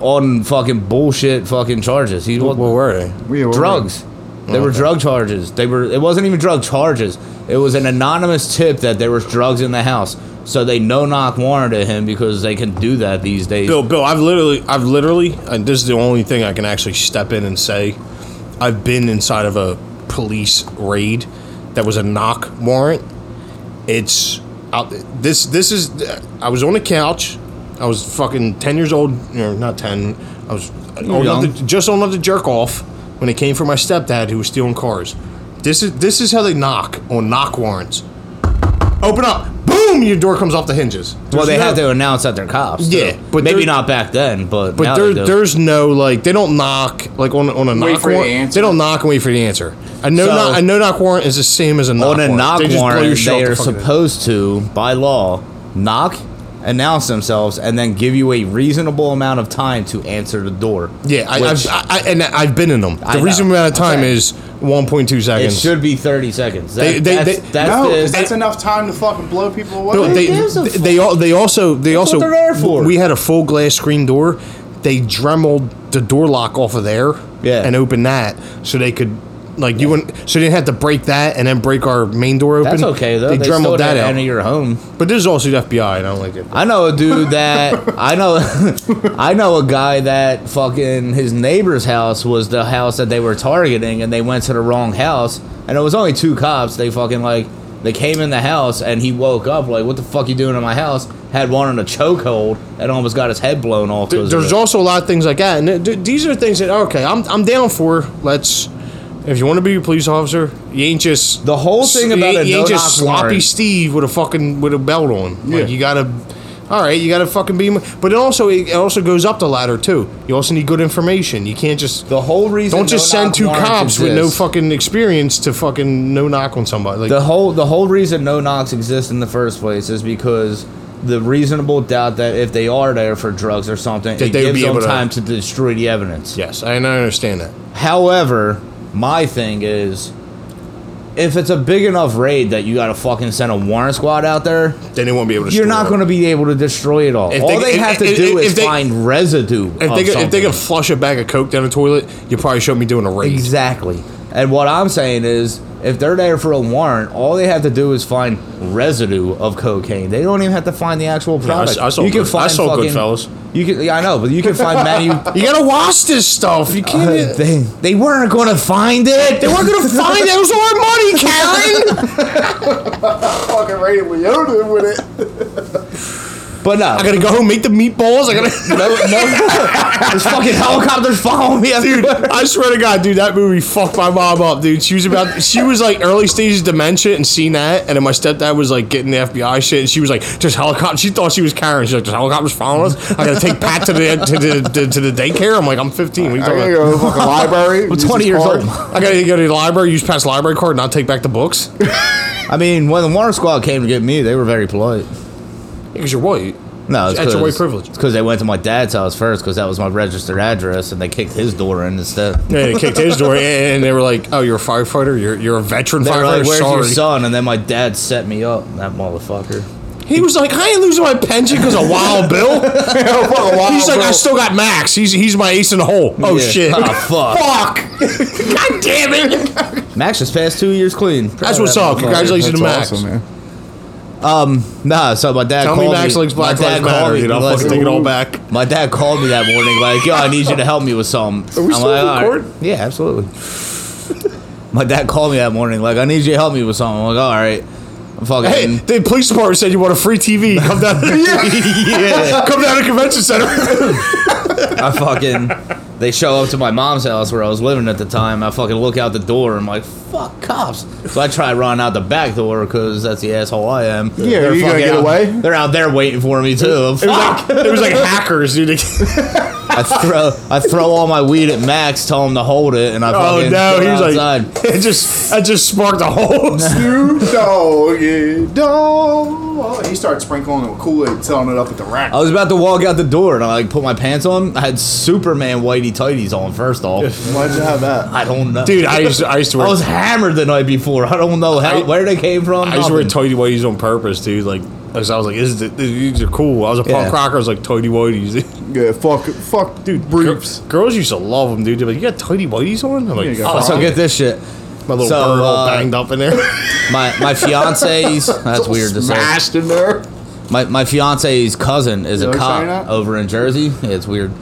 on fucking bullshit fucking charges. He What were they? We were- drugs. They were drug charges. They were. It wasn't even drug charges. It was an anonymous tip that there was drugs in the house. So they no knock warranted him because they can do that these days. Bill, Bill, I've literally, I've literally, and this is the only thing I can actually step in and say, I've been inside of a police raid that was a knock warrant. It's out. This, this is. I was on the couch. I was fucking ten years old, or not ten. I was old enough young. to, just old enough to jerk off when it came for my stepdad who was stealing cars. This is this is how they knock on knock warrants. Open up. Boom! Your door comes off the hinges. Well, There's they no- have to announce that they're cops. too. Yeah, but maybe there- not back then, but But now there, they do. there's no like they don't knock like on on a Wait knock for the warrant. answer. They don't knock and wait for the answer. A no So- knock a no knock warrant is the same as a knock on a warrant. knock they just blow your warrant. shit They out the are fucking- supposed to, by law, knock, announce themselves, and then give you a reasonable amount of time to answer the door. Yeah, I, I've, which I, I- and I've been in them. The I know. reason amount of time Okay. is 1.2 it seconds. should be thirty seconds. That, They- they- that's, they- that's no, the- 'cause that's enough time to fucking blow people away. But they, gives a they, they al- they also they also what they're there for. we had a full glass screen door. They dremeled the door lock off of there, Yeah. and opened that so they could like you wouldn't so they didn't have to break that and then break our main door open. that's okay though. They, They, dremeled that out. Into your home. but this is also the FBI. and I don't like it. I know a dude that I know. I know a guy that fucking his neighbor's house was the house that they were targeting, and they went to the wrong house, and it was only two cops. They fucking like they came in the house, and he woke up like, "What the fuck you doing in my house?" Had one in a chokehold and almost got his head blown off. 'cause of There's it. also a lot of things like that, and th- th- these are things that okay, I'm I'm down for. Let's if you want to be a police officer, you ain't just The whole thing you about ain't- a you ain't no-knock just sloppy warrant. Steve with a fucking with a belt on. Yeah. Like you gotta, all right, you gotta fucking be. But it also it also goes up the ladder too. You also need good information. You can't just the whole reason. don't just send no-knock two warrants cops with no exist. fucking experience to fucking no knock on somebody. Like The whole the whole reason no knocks exist in the first place is because the reasonable doubt that if they are there for drugs or something, That it they would gives be them able to- time to destroy the evidence. yes, I, and I understand that. However, my thing is, if it's a big enough raid that you got to fucking send a warrant squad out there, Then they won't be able to. you're store not it. going to be able to destroy it all. If all they- they, if- have to if- do if is they- find residue. If of they, could, if they something. could flush a bag of coke down the toilet, you probably shouldn't be doing a raid. Exactly. And what I'm saying is, if they're there for a warrant, all they have to do is find residue of cocaine. They don't even have to find the actual I product. s- I saw you can Good- I find saw fucking, Goodfellas. You can, yeah, I know, but you can find many. You gotta wash this stuff. You can't. Uh, they, they weren't going to find it. They we're weren't gonna find it. It was our money, Karen. fucking Ray Liotta with it. But no, I gotta go home make the meatballs. I gotta. no, no. There's fucking helicopters following me. Dude, I swear to God, dude, that movie fucked my mom up, dude. She was about, she was like early stages of dementia and seen that, and then my stepdad was like getting the FBI shit, and she was like, "There's helicopter." She thought she was Karen. She's like, "There's helicopters following us. I gotta take Pat to the to the to, to the daycare." I'm like, "I'm 15." What are you I talking gotta about? go to the fucking library. I'm 20 years old. I gotta go to the library, use Pat's library card, and not take back the books. I mean, when the warrant squad came to get me, they were very polite. Because you're white. No, it's That's your 'cause- white privilege. It's because they went to my dad's house first because that was my registered address, and they kicked his door in instead. And they kicked his door, and they were like, "Oh, you're a firefighter. You're you're a veteran They were firefighter. like, "Where's Sorry." your son?" And then my dad set me up. That motherfucker. He was like, "I ain't losing my pension because of Wild Bill." Oh, he's like, "I still got Max. He's he's my ace in the hole." Oh Yeah. shit! Ah, fuck! God damn it! Max just passed two years clean. Proud That's of what's that up. motherfucker. Congratulations to Max. man. Nah, so my dad Tell called me Max likes Black my dad Lives called Matter, me. dude. I'll Listen, fucking take it all back. My dad called me that morning, like, "Yo, I need you to help me with something." Are we still "All right." recording? Yeah, absolutely. my dad called me that morning, like, "I need you to help me with something." I'm like, "All right." I'm fucking. Hey, the police department said you want a free TV. Come down. yeah. Come down to convention center. I fucking they show up to my mom's house where I was living at the time. I fucking look out the door. I'm like, fuck cops. So I try running out the back door because that's the asshole I am. Yeah, They're you gonna fucking get out- away? They're out there waiting for me too. It was like it was like hackers, dude. I throw I throw all my weed at Max, tell him to hold it, and I Oh fucking no, go he was outside. like, it just I just sparked a whole. Snoop Doggy Dogg. He started sprinkling it with Kool Aid, selling it up at the rack. I was about to walk out the door and I like put my pants on. I had Superman whitey tighties on. First off, Why'd you have that? I don't know, Dude, I used to, I used to wear I was hammered the night before. I don't know how I- where they came from. I used to wear nothing. tidy whities on purpose, dude. Like, 'cause I was like, "This is these are cool." I was a punk Yeah. rocker. I was like tidy whities. Yeah, fuck, fuck, dude, briefs. Girls used to love them, dude. They're like, "You got tidy whities on?" I'm Yeah, you like, got "Fuck." fucked. So get this shit. my little so, bird all uh, banged up in there. My my fiance's that's weird to say. Smashed in there. My my fiance's cousin is You a like saying cop that? over in Jersey. Yeah, it's weird.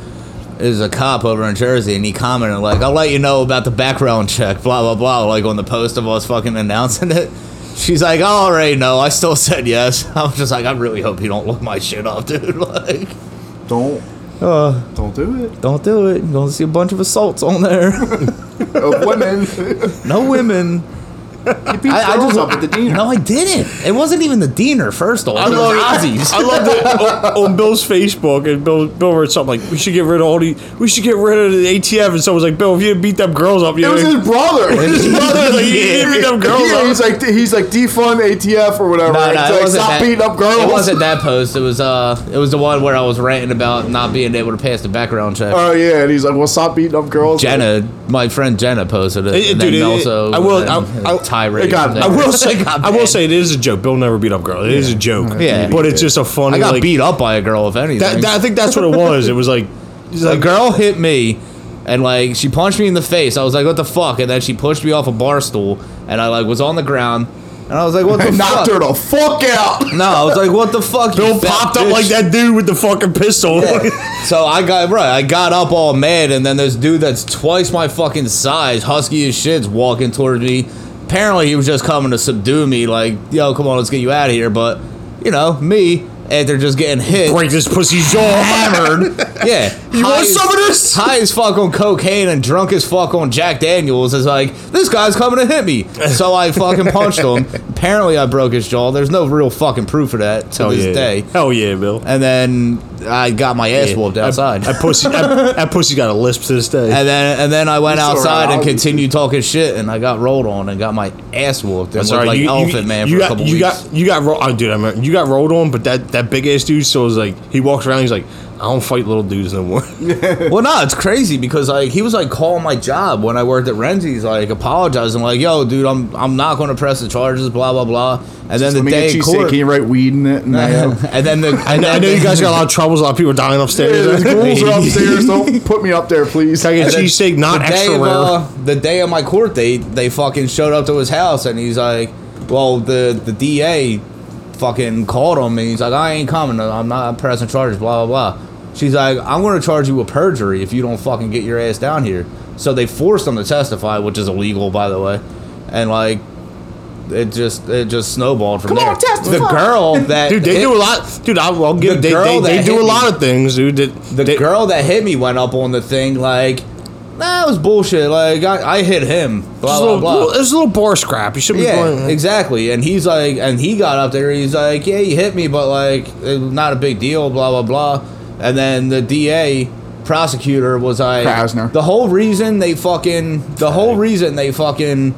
Is a cop over in Jersey, and he commented like, "I'll let you know about the background check." Blah blah blah. Like on the post of us fucking announcing it. She's like, "I already know. I still said yes." I'm just like, "I really hope you don't look my shit up, dude." Like, Don't. Uh. don't do it. don't do it. You're gonna see a bunch of assaults on there. Of women. no women. You Oh, beat I, I girls just up at the deaner. No, I didn't. It wasn't even the diener. First of all, I it was love Ozzy's. I loved it on, on Bill's Facebook and Bill Bill wrote something like we should get rid of all the we should get rid of the ATF and someone's like Bill if you beat them girls up you It was his know, brother. his brother like you didn't beat them girls yeah, he's up. like he's like defund ATF or whatever. No, It's no, it like, wasn't stop that- beating up girls. It wasn't that post. It was uh, it was the one where I was ranting about not being able to pass the background check. Oh yeah, and he's like, well, stop beating up girls. Jenna, my friend Jenna posted it. It- it- and dude, then it- also, I will- then I- I- tirade. it got- from I there. will say got I will bad. say it is a joke. Bill never beat up girls. It is a joke. Yeah. but it's just a funny. I got like, beat up by a girl. If anything, That, that- I think that's what it was. It was like he's a like girl hit me, and like she punched me in the face. I was like, "What the fuck?" And then she pushed me off a bar stool, and I like was on the ground, and I was like, "What the knocked fuck?" her the fuck out. No, I was like, "What the fuck?" Bill you fat popped up bitch?" like that dude with the fucking pistol. So I got right. I got up all mad, and then this dude that's twice my fucking size, husky as shit's walking towards me. Apparently, he was just coming to subdue me. Like, yo, come on, let's get you out of here. But you know, me after just getting hit, Break this pussy's jaw hammered. yeah. You high want as- some of this? High as fuck on cocaine and drunk as fuck on Jack Daniels is like, this guy's coming to hit me. So I fucking punched him. Apparently, I broke his jaw. There's no real fucking proof of that to this yeah. day. Hell yeah, Bill. And then I got my ass whooped That- outside. That, pussy, that, that pussy got a lisp to this day. And then and then I went It's all outside right. and continued talking shit, and I got rolled on and got my ass whooped. And That's looked all right. like you, you, Elephant Man you for got, a couple you weeks. got you got ro- oh, dude, I remember, you got rolled on, but that, that big ass dude still was like he walks around. He's like, I don't fight little dudes no more. well, no, it's crazy because like he was like calling my job when I worked at Renzi's, like apologizing, like, "Yo, dude, I'm I'm not going to press the charges, blah blah blah." And then the Let me day get in you court, Can you write weed in it? No. and then the I and know, then I know the- you guys got a lot of troubles. A lot of people dying There's upstairs. ghouls are upstairs. Don't put me up there, please. Can I get and then cheesesteak, not the day extra of, rare. uh, the day of my court date, they fucking showed up to his house, and he's like, "Well, the the DA fucking called him, and he's like, I ain't coming. I'm not pressing charges. Blah blah blah." She's like, "I'm going to charge you with perjury if you don't fucking get your ass down here." So they forced him to testify, which is illegal, by the way, and like. It just it just snowballed from there. The girl that Dude, they hit- do a lot. Dude, I'll, I'll give. The They, they, girl they that do hit a lot me- of things, dude. That, the they, girl that hit me went up on the thing like that was bullshit like i, I hit him blah It's a blah little, blah little- it's a little bar scrap. You should be going. yeah exactly and he's like and he got up there he's like yeah you hit me but like it was not a big deal blah blah blah and then the da prosecutor was like Krasner. the whole reason they fucking the whole reason they fucking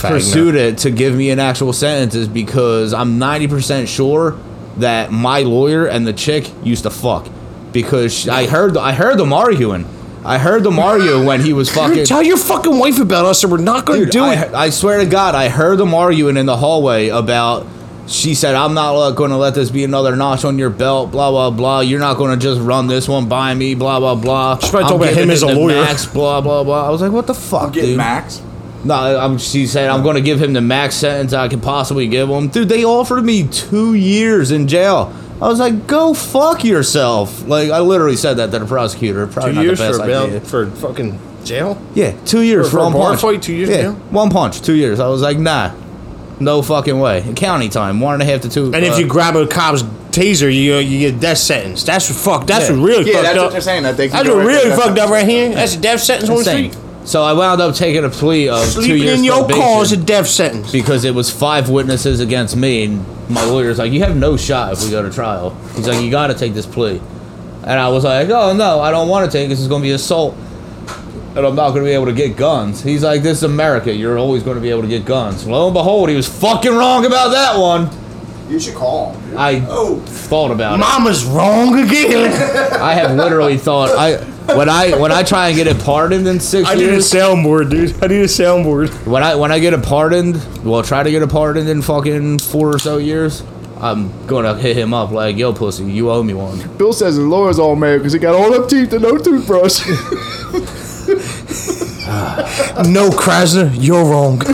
pursued it to give me an actual sentence is because i'm 90% sure that my lawyer and the chick used to fuck because she, i heard i heard them arguing i heard them argue when he was fucking Dude, tell your fucking wife about us, and we're not going to Dude, do I, it. I swear to God, I heard them arguing in the hallway about. She said, "I'm not going to let this be another notch on your belt." Blah blah blah. You're not going to just run this one by me. Blah blah blah. She probably talking about giving him as a to lawyer. Max, blah blah blah. I was like, "What the fuck, dude?" Max. No, I'm, she said, "I'm going to give him the max sentence I could possibly give him." Dude, they offered me two years in jail. I was like, "Go fuck yourself!" Like I literally said that to the prosecutor. Probably not the best idea. for fucking jail. Yeah, two years For- for, for a one bar punch. fight, two years Yeah, jail? one punch, two years. I was like, nah, no fucking way. County time, one and a half to two. And uh, if you grab a cop's taser, you you get death sentence. That's what fuck. That's what really Yeah, fucked that's up. what they're saying. That they. can That's go what right really there. fucked up right here. That's a death sentence on the insane. street. So I wound up taking a plea of two Sleeping years in your probation car is a death sentence. because it was five witnesses against me, and my lawyer's like, you have no shot if we go to trial. He's like, you got to take this plea, and I was like, oh no, I don't want to take this. It's going to be assault. And I'm not going to be able to get guns. He's like, this is America. You're always going to be able to get guns. Lo and behold, he was fucking wrong about that one. You should call. him. I Oh. thought about it. Mama's wrong again. I have literally thought I when I when I try and get it pardoned in six I need a years. soundboard, dude. I need a soundboard. When I when I get it pardoned, well, try to get it pardoned in fucking four or so years. I'm gonna hit him up like, yo, pussy, you owe me one. Bill says his lawyer's all mad because he got all them teeth and no toothbrush. No, Krasner, you're wrong. and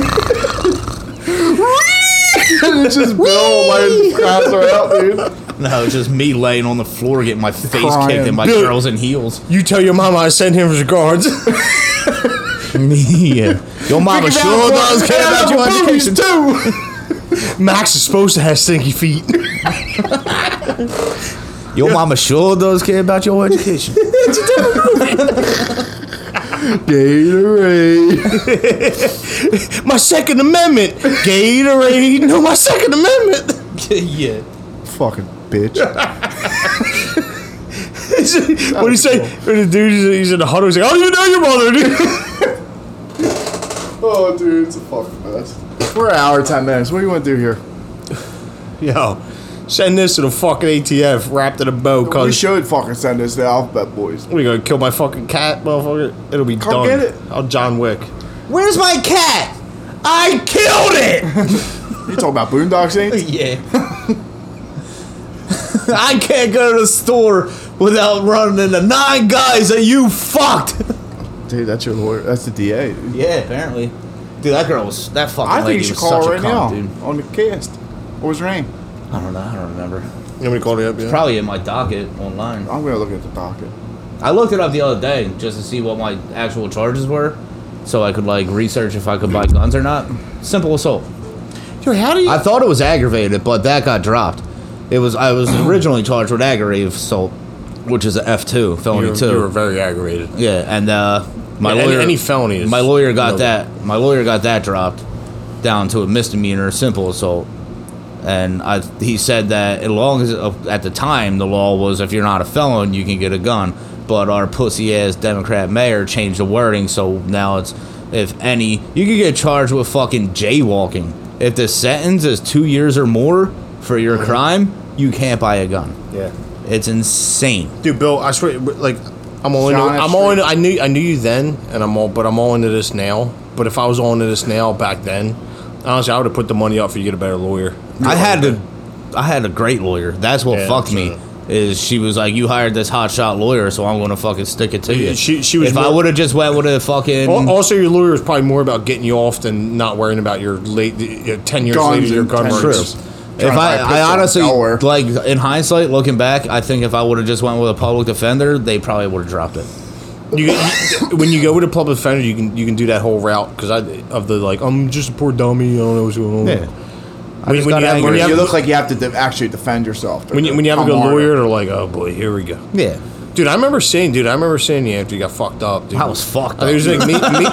it's just Bill laying crabs are out, dude. No, it's just me laying on the floor getting my face Crying. kicked and my Dude. girls in heels. You tell your mama I sent him regards. yeah, your mama Mickey Mouse sure does boy, care and I about got your boobies, education. too. Max is supposed to have stinky feet. Your mama sure does care about your education. Gatorade. My Second Amendment. Gatorade. No, my Second Amendment. yeah. Fucking bitch. what do you say? When the dude he's- he's in the huddle, he's like, "I don't even know your mother." Dude. oh, dude, it's a fucking mess. We're an hour and 10 minutes. What do you want to do here? Yo, send this to the fucking ATF wrapped in a bow, We cause should fucking send this to the Alphabet Boys. we gonna kill my fucking cat, motherfucker. It'll be Come done. get it. I'll John Wick. Where's my cat? I killed it. You talking about Boondock Saints? Yeah. I can't go to the store without running into nine guys that you fucked. Dude, that's your lawyer. That's the DA. dude. Yeah, apparently. Dude, that girl was that fucking I think lady you should was such call her right a now cunt, dude. on the cast. What was her name? I don't know. I don't remember. You want me to call it up? Yeah. Probably in my docket online. I'm gonna look at the docket. I looked it up the other day just to see what my actual charges were, so I could like research if I could buy guns or not. Simple assault. Yo, how do you? I thought it was aggravated, but that got dropped. It was I was originally charged with aggravated assault, which is a F two felony you, two. you were very aggravated. Yeah, and uh, my Yeah, any- lawyer any felony is my lawyer got no- that. My lawyer got that dropped down to a misdemeanor, simple assault. And I, he said that as long as uh, at the time the law was if you're not a felon you can get a gun, but our pussy ass Democrat mayor changed the wording so now it's if any you could get charged with fucking jaywalking if the sentence is two years or more for your crime you can't buy a gun. Yeah. It's insane. dude, Bill. I swear, like, I'm all into, John I'm F. all Street. into, I knew, I knew you then, and I'm all, but I'm all into this now. But if I was all into this now back then, honestly, I would have put the money up for you to get a better lawyer. Mm-hmm. I had a, I had a great lawyer. That's what Yeah, fucked sure. me. Is she was like, you hired this hotshot lawyer, so I'm gonna fucking stick it to you. She- she was If I more- would have just went with a fucking, Al- Also, your lawyer is probably more about getting you off than not worrying about your late, your ten years Guns later your and gun ten years. murders. if trying to buy I, a pistol I honestly nowhere. like in hindsight, looking back, I think if I would have just went with a public defender, they probably would have dropped it. You, you- when you go with a public defender, you can you can do that whole route because I of the like I'm just a poor dummy. I don't know what's going on. When, just when got you have, angry. when you You have- look like you have to de- actually defend yourself. when you, when you have a Come good on. lawyer, they're like, oh boy, here we go. yeah. Dude, I remember seeing, dude, I remember seeing you after you got fucked up, dude. I was fucked It was up. like me,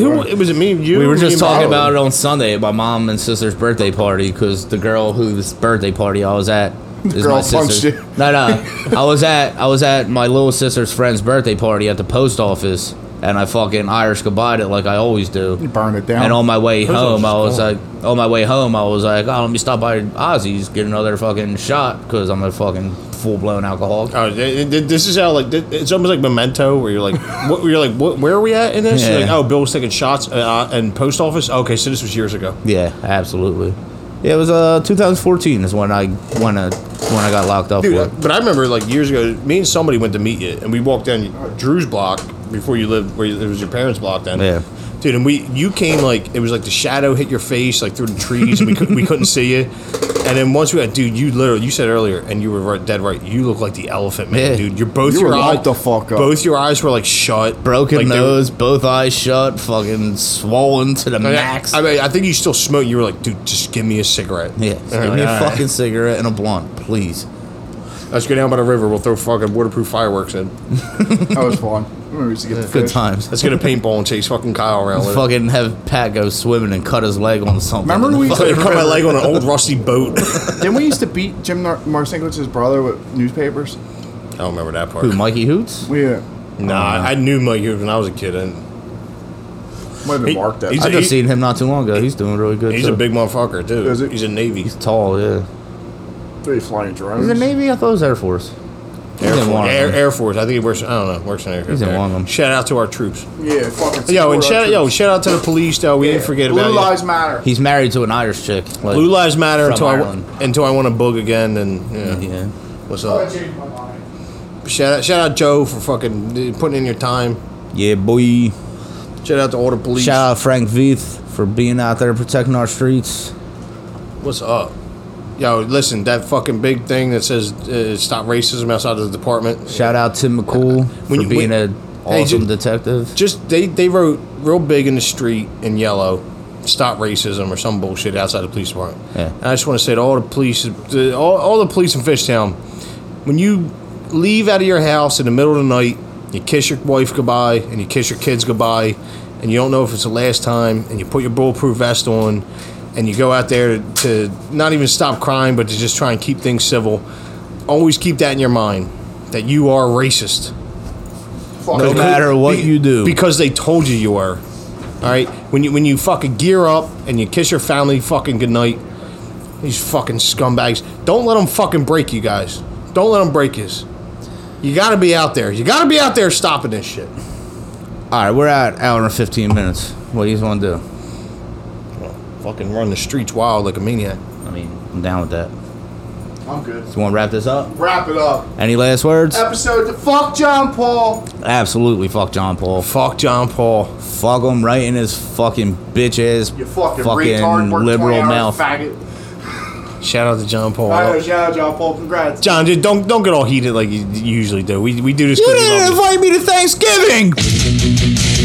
me who, who, was it me and you? We were just Me and talking Molly? about it on Sunday at my mom and sister's birthday party because the girl whose birthday party I was at is girl my punched sister. you. No, no, I was at I was at my little sister's friend's birthday party at the post office, and I fucking Irish goodbye it like I always do. burn it down. And on my way First of all, home, I was just like, on my way home, I was like, oh, let me stop by Ozzy's, get another fucking shot because I'm a fucking full blown alcoholic. Oh, th- th- this is how like th- it's almost like memento where you're like, what, you're like, what, where are we at in this? You're Yeah. Like, oh, Bill was taking shots uh, and post office. Okay, so this was years ago. Yeah, absolutely. Yeah, it was uh 2014 is when I when I when I got locked up. Dude, for. but I remember like years ago, me and somebody went to meet you, and we walked down Drew's block before you lived where you, it was your parents' block then. Yeah. Dude, and we you came like it was like the shadow hit your face like through the trees, and we couldn't we couldn't see you. And then once we had, dude, you literally you said earlier, and you were right, dead right. You look like the elephant man, Yeah. dude. You're both You your were eyes locked the fuck up. Both your eyes were like shut, broken Like, they were- nose, both eyes shut, fucking swollen to the I mean, max. Oh, I, mean, I think you still smoked. You were like, dude, just give me a cigarette. yeah, And give I'm me a like, "All right." fucking cigarette and a blunt, please. Let's go down by the river. We'll throw fucking waterproof fireworks in. That was fun. I remember we used to get the Good fish. times. Let's get a paintball and chase fucking Kyle around. with it. Fucking have Pat go swimming and cut his leg on something. Remember we- Fuck- I cut my leg on an old rusty boat. I Didn't we used to beat Jim Nar- Marcinkowicz's brother with newspapers? don't remember that part. who Mikey Hoots? We uh, Nah, I knew Mike Hughes when I was a kid, and might have been He- marked that. he's I a- I- just he- seen him not too long ago. He's doing really good. he's too. a big motherfucker too. Is he? He's a Navy. He's tall, yeah. They flying drones. He's in the Navy. I thought it was Air Force. He's Air in one Force. of Air, them. Air Force. I think he works. I don't know. Works in Air Force. He's in one of them. Shout out to our troops. Yeah, fucking. Yo, and support shout our out, yo, troops. shout out to the police though. We Yeah. didn't forget Blue about you. lives matter. He's married to an Irish chick. Like, Blue lives matter From until I, Ireland. until I want to bug again. And yeah, Yeah. what's Oh, I up? changed my mind. Shout out, shout out Joe for fucking uh, putting in your time. Yeah, boy. Shout out to all the police. Shout out Frank Veith for being out there protecting our streets. What's up? Yo, listen, that fucking big thing that says uh, stop racism outside of the department. Shout out Tim McCool When for you- being when- an Hey, awesome ju- detective. Just they they wrote real big in the street in yellow, stop racism or some bullshit outside the police department. Yeah. And I just want to say to all the police, to all, all the police in Fishtown, when you leave out of your house in the middle of the night you kiss your wife goodbye and you kiss your kids goodbye, and you don't know if it's the last time, and you put your bulletproof vest on, and you go out there to, to not even stop crying, but to just try and keep things civil. Always keep that in your mind that you are racist. No matter what Be- you do. because they told you you were. All right, when you when you fucking gear up and you kiss your family fucking goodnight, these fucking scumbags. Don't let them fucking break you guys. Don't let them break us. You got to be out there. You got to be out there stopping this shit. All right, we're at hour and 15 minutes. What do you want to do? Fucking run the streets wild like a maniac. I mean, I'm down with that. I'm good. You want to wrap this up? Wrap it up. Any last words? Episode to fuck John Paul. Absolutely, fuck John Paul. Fuck John Paul. Fuck him right in his fucking bitch ass, You fucking, retard. Work liberal 20 hours, mouth. Faggot. Shout out to John Paul. I know. Shout out John Paul. Congrats. John, just don't don't get all heated like you you usually do. We, we do this. You 'cause we love didn't you. invite me to Thanksgiving.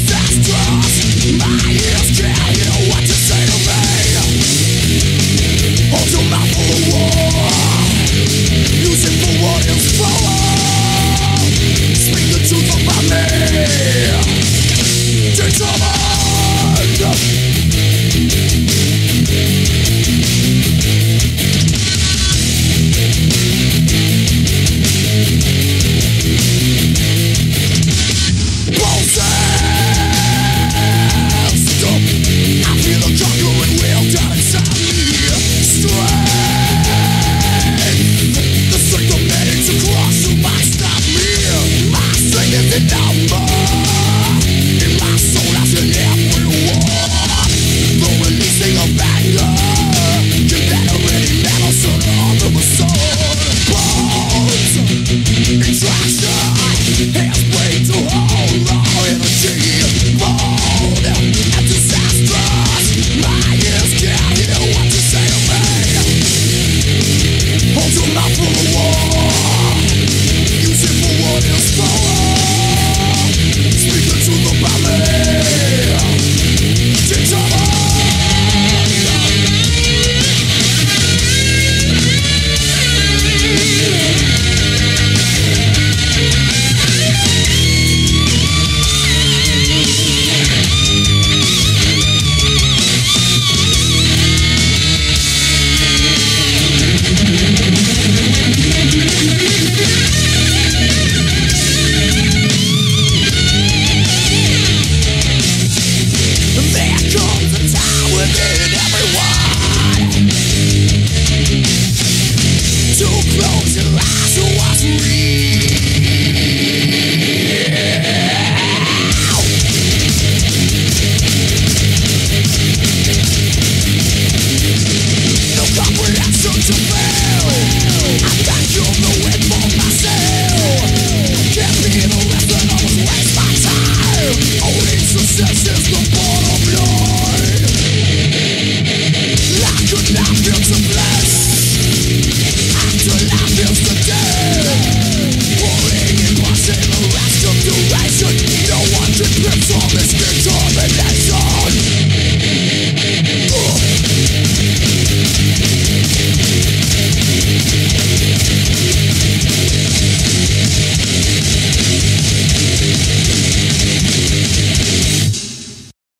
Disastrous, my ears can't hear what you say to me. Hold your mouth for the war. Use it for what it's for. Speak the truth about me. Determined. Bones! Use it for what it's for. Speak the truth about me. Determined. There comes a time within everyone To close your eyes to what's real No comprehension to fail I can't kill the wind for myself Can't be the lesson I was waste my time Only success is the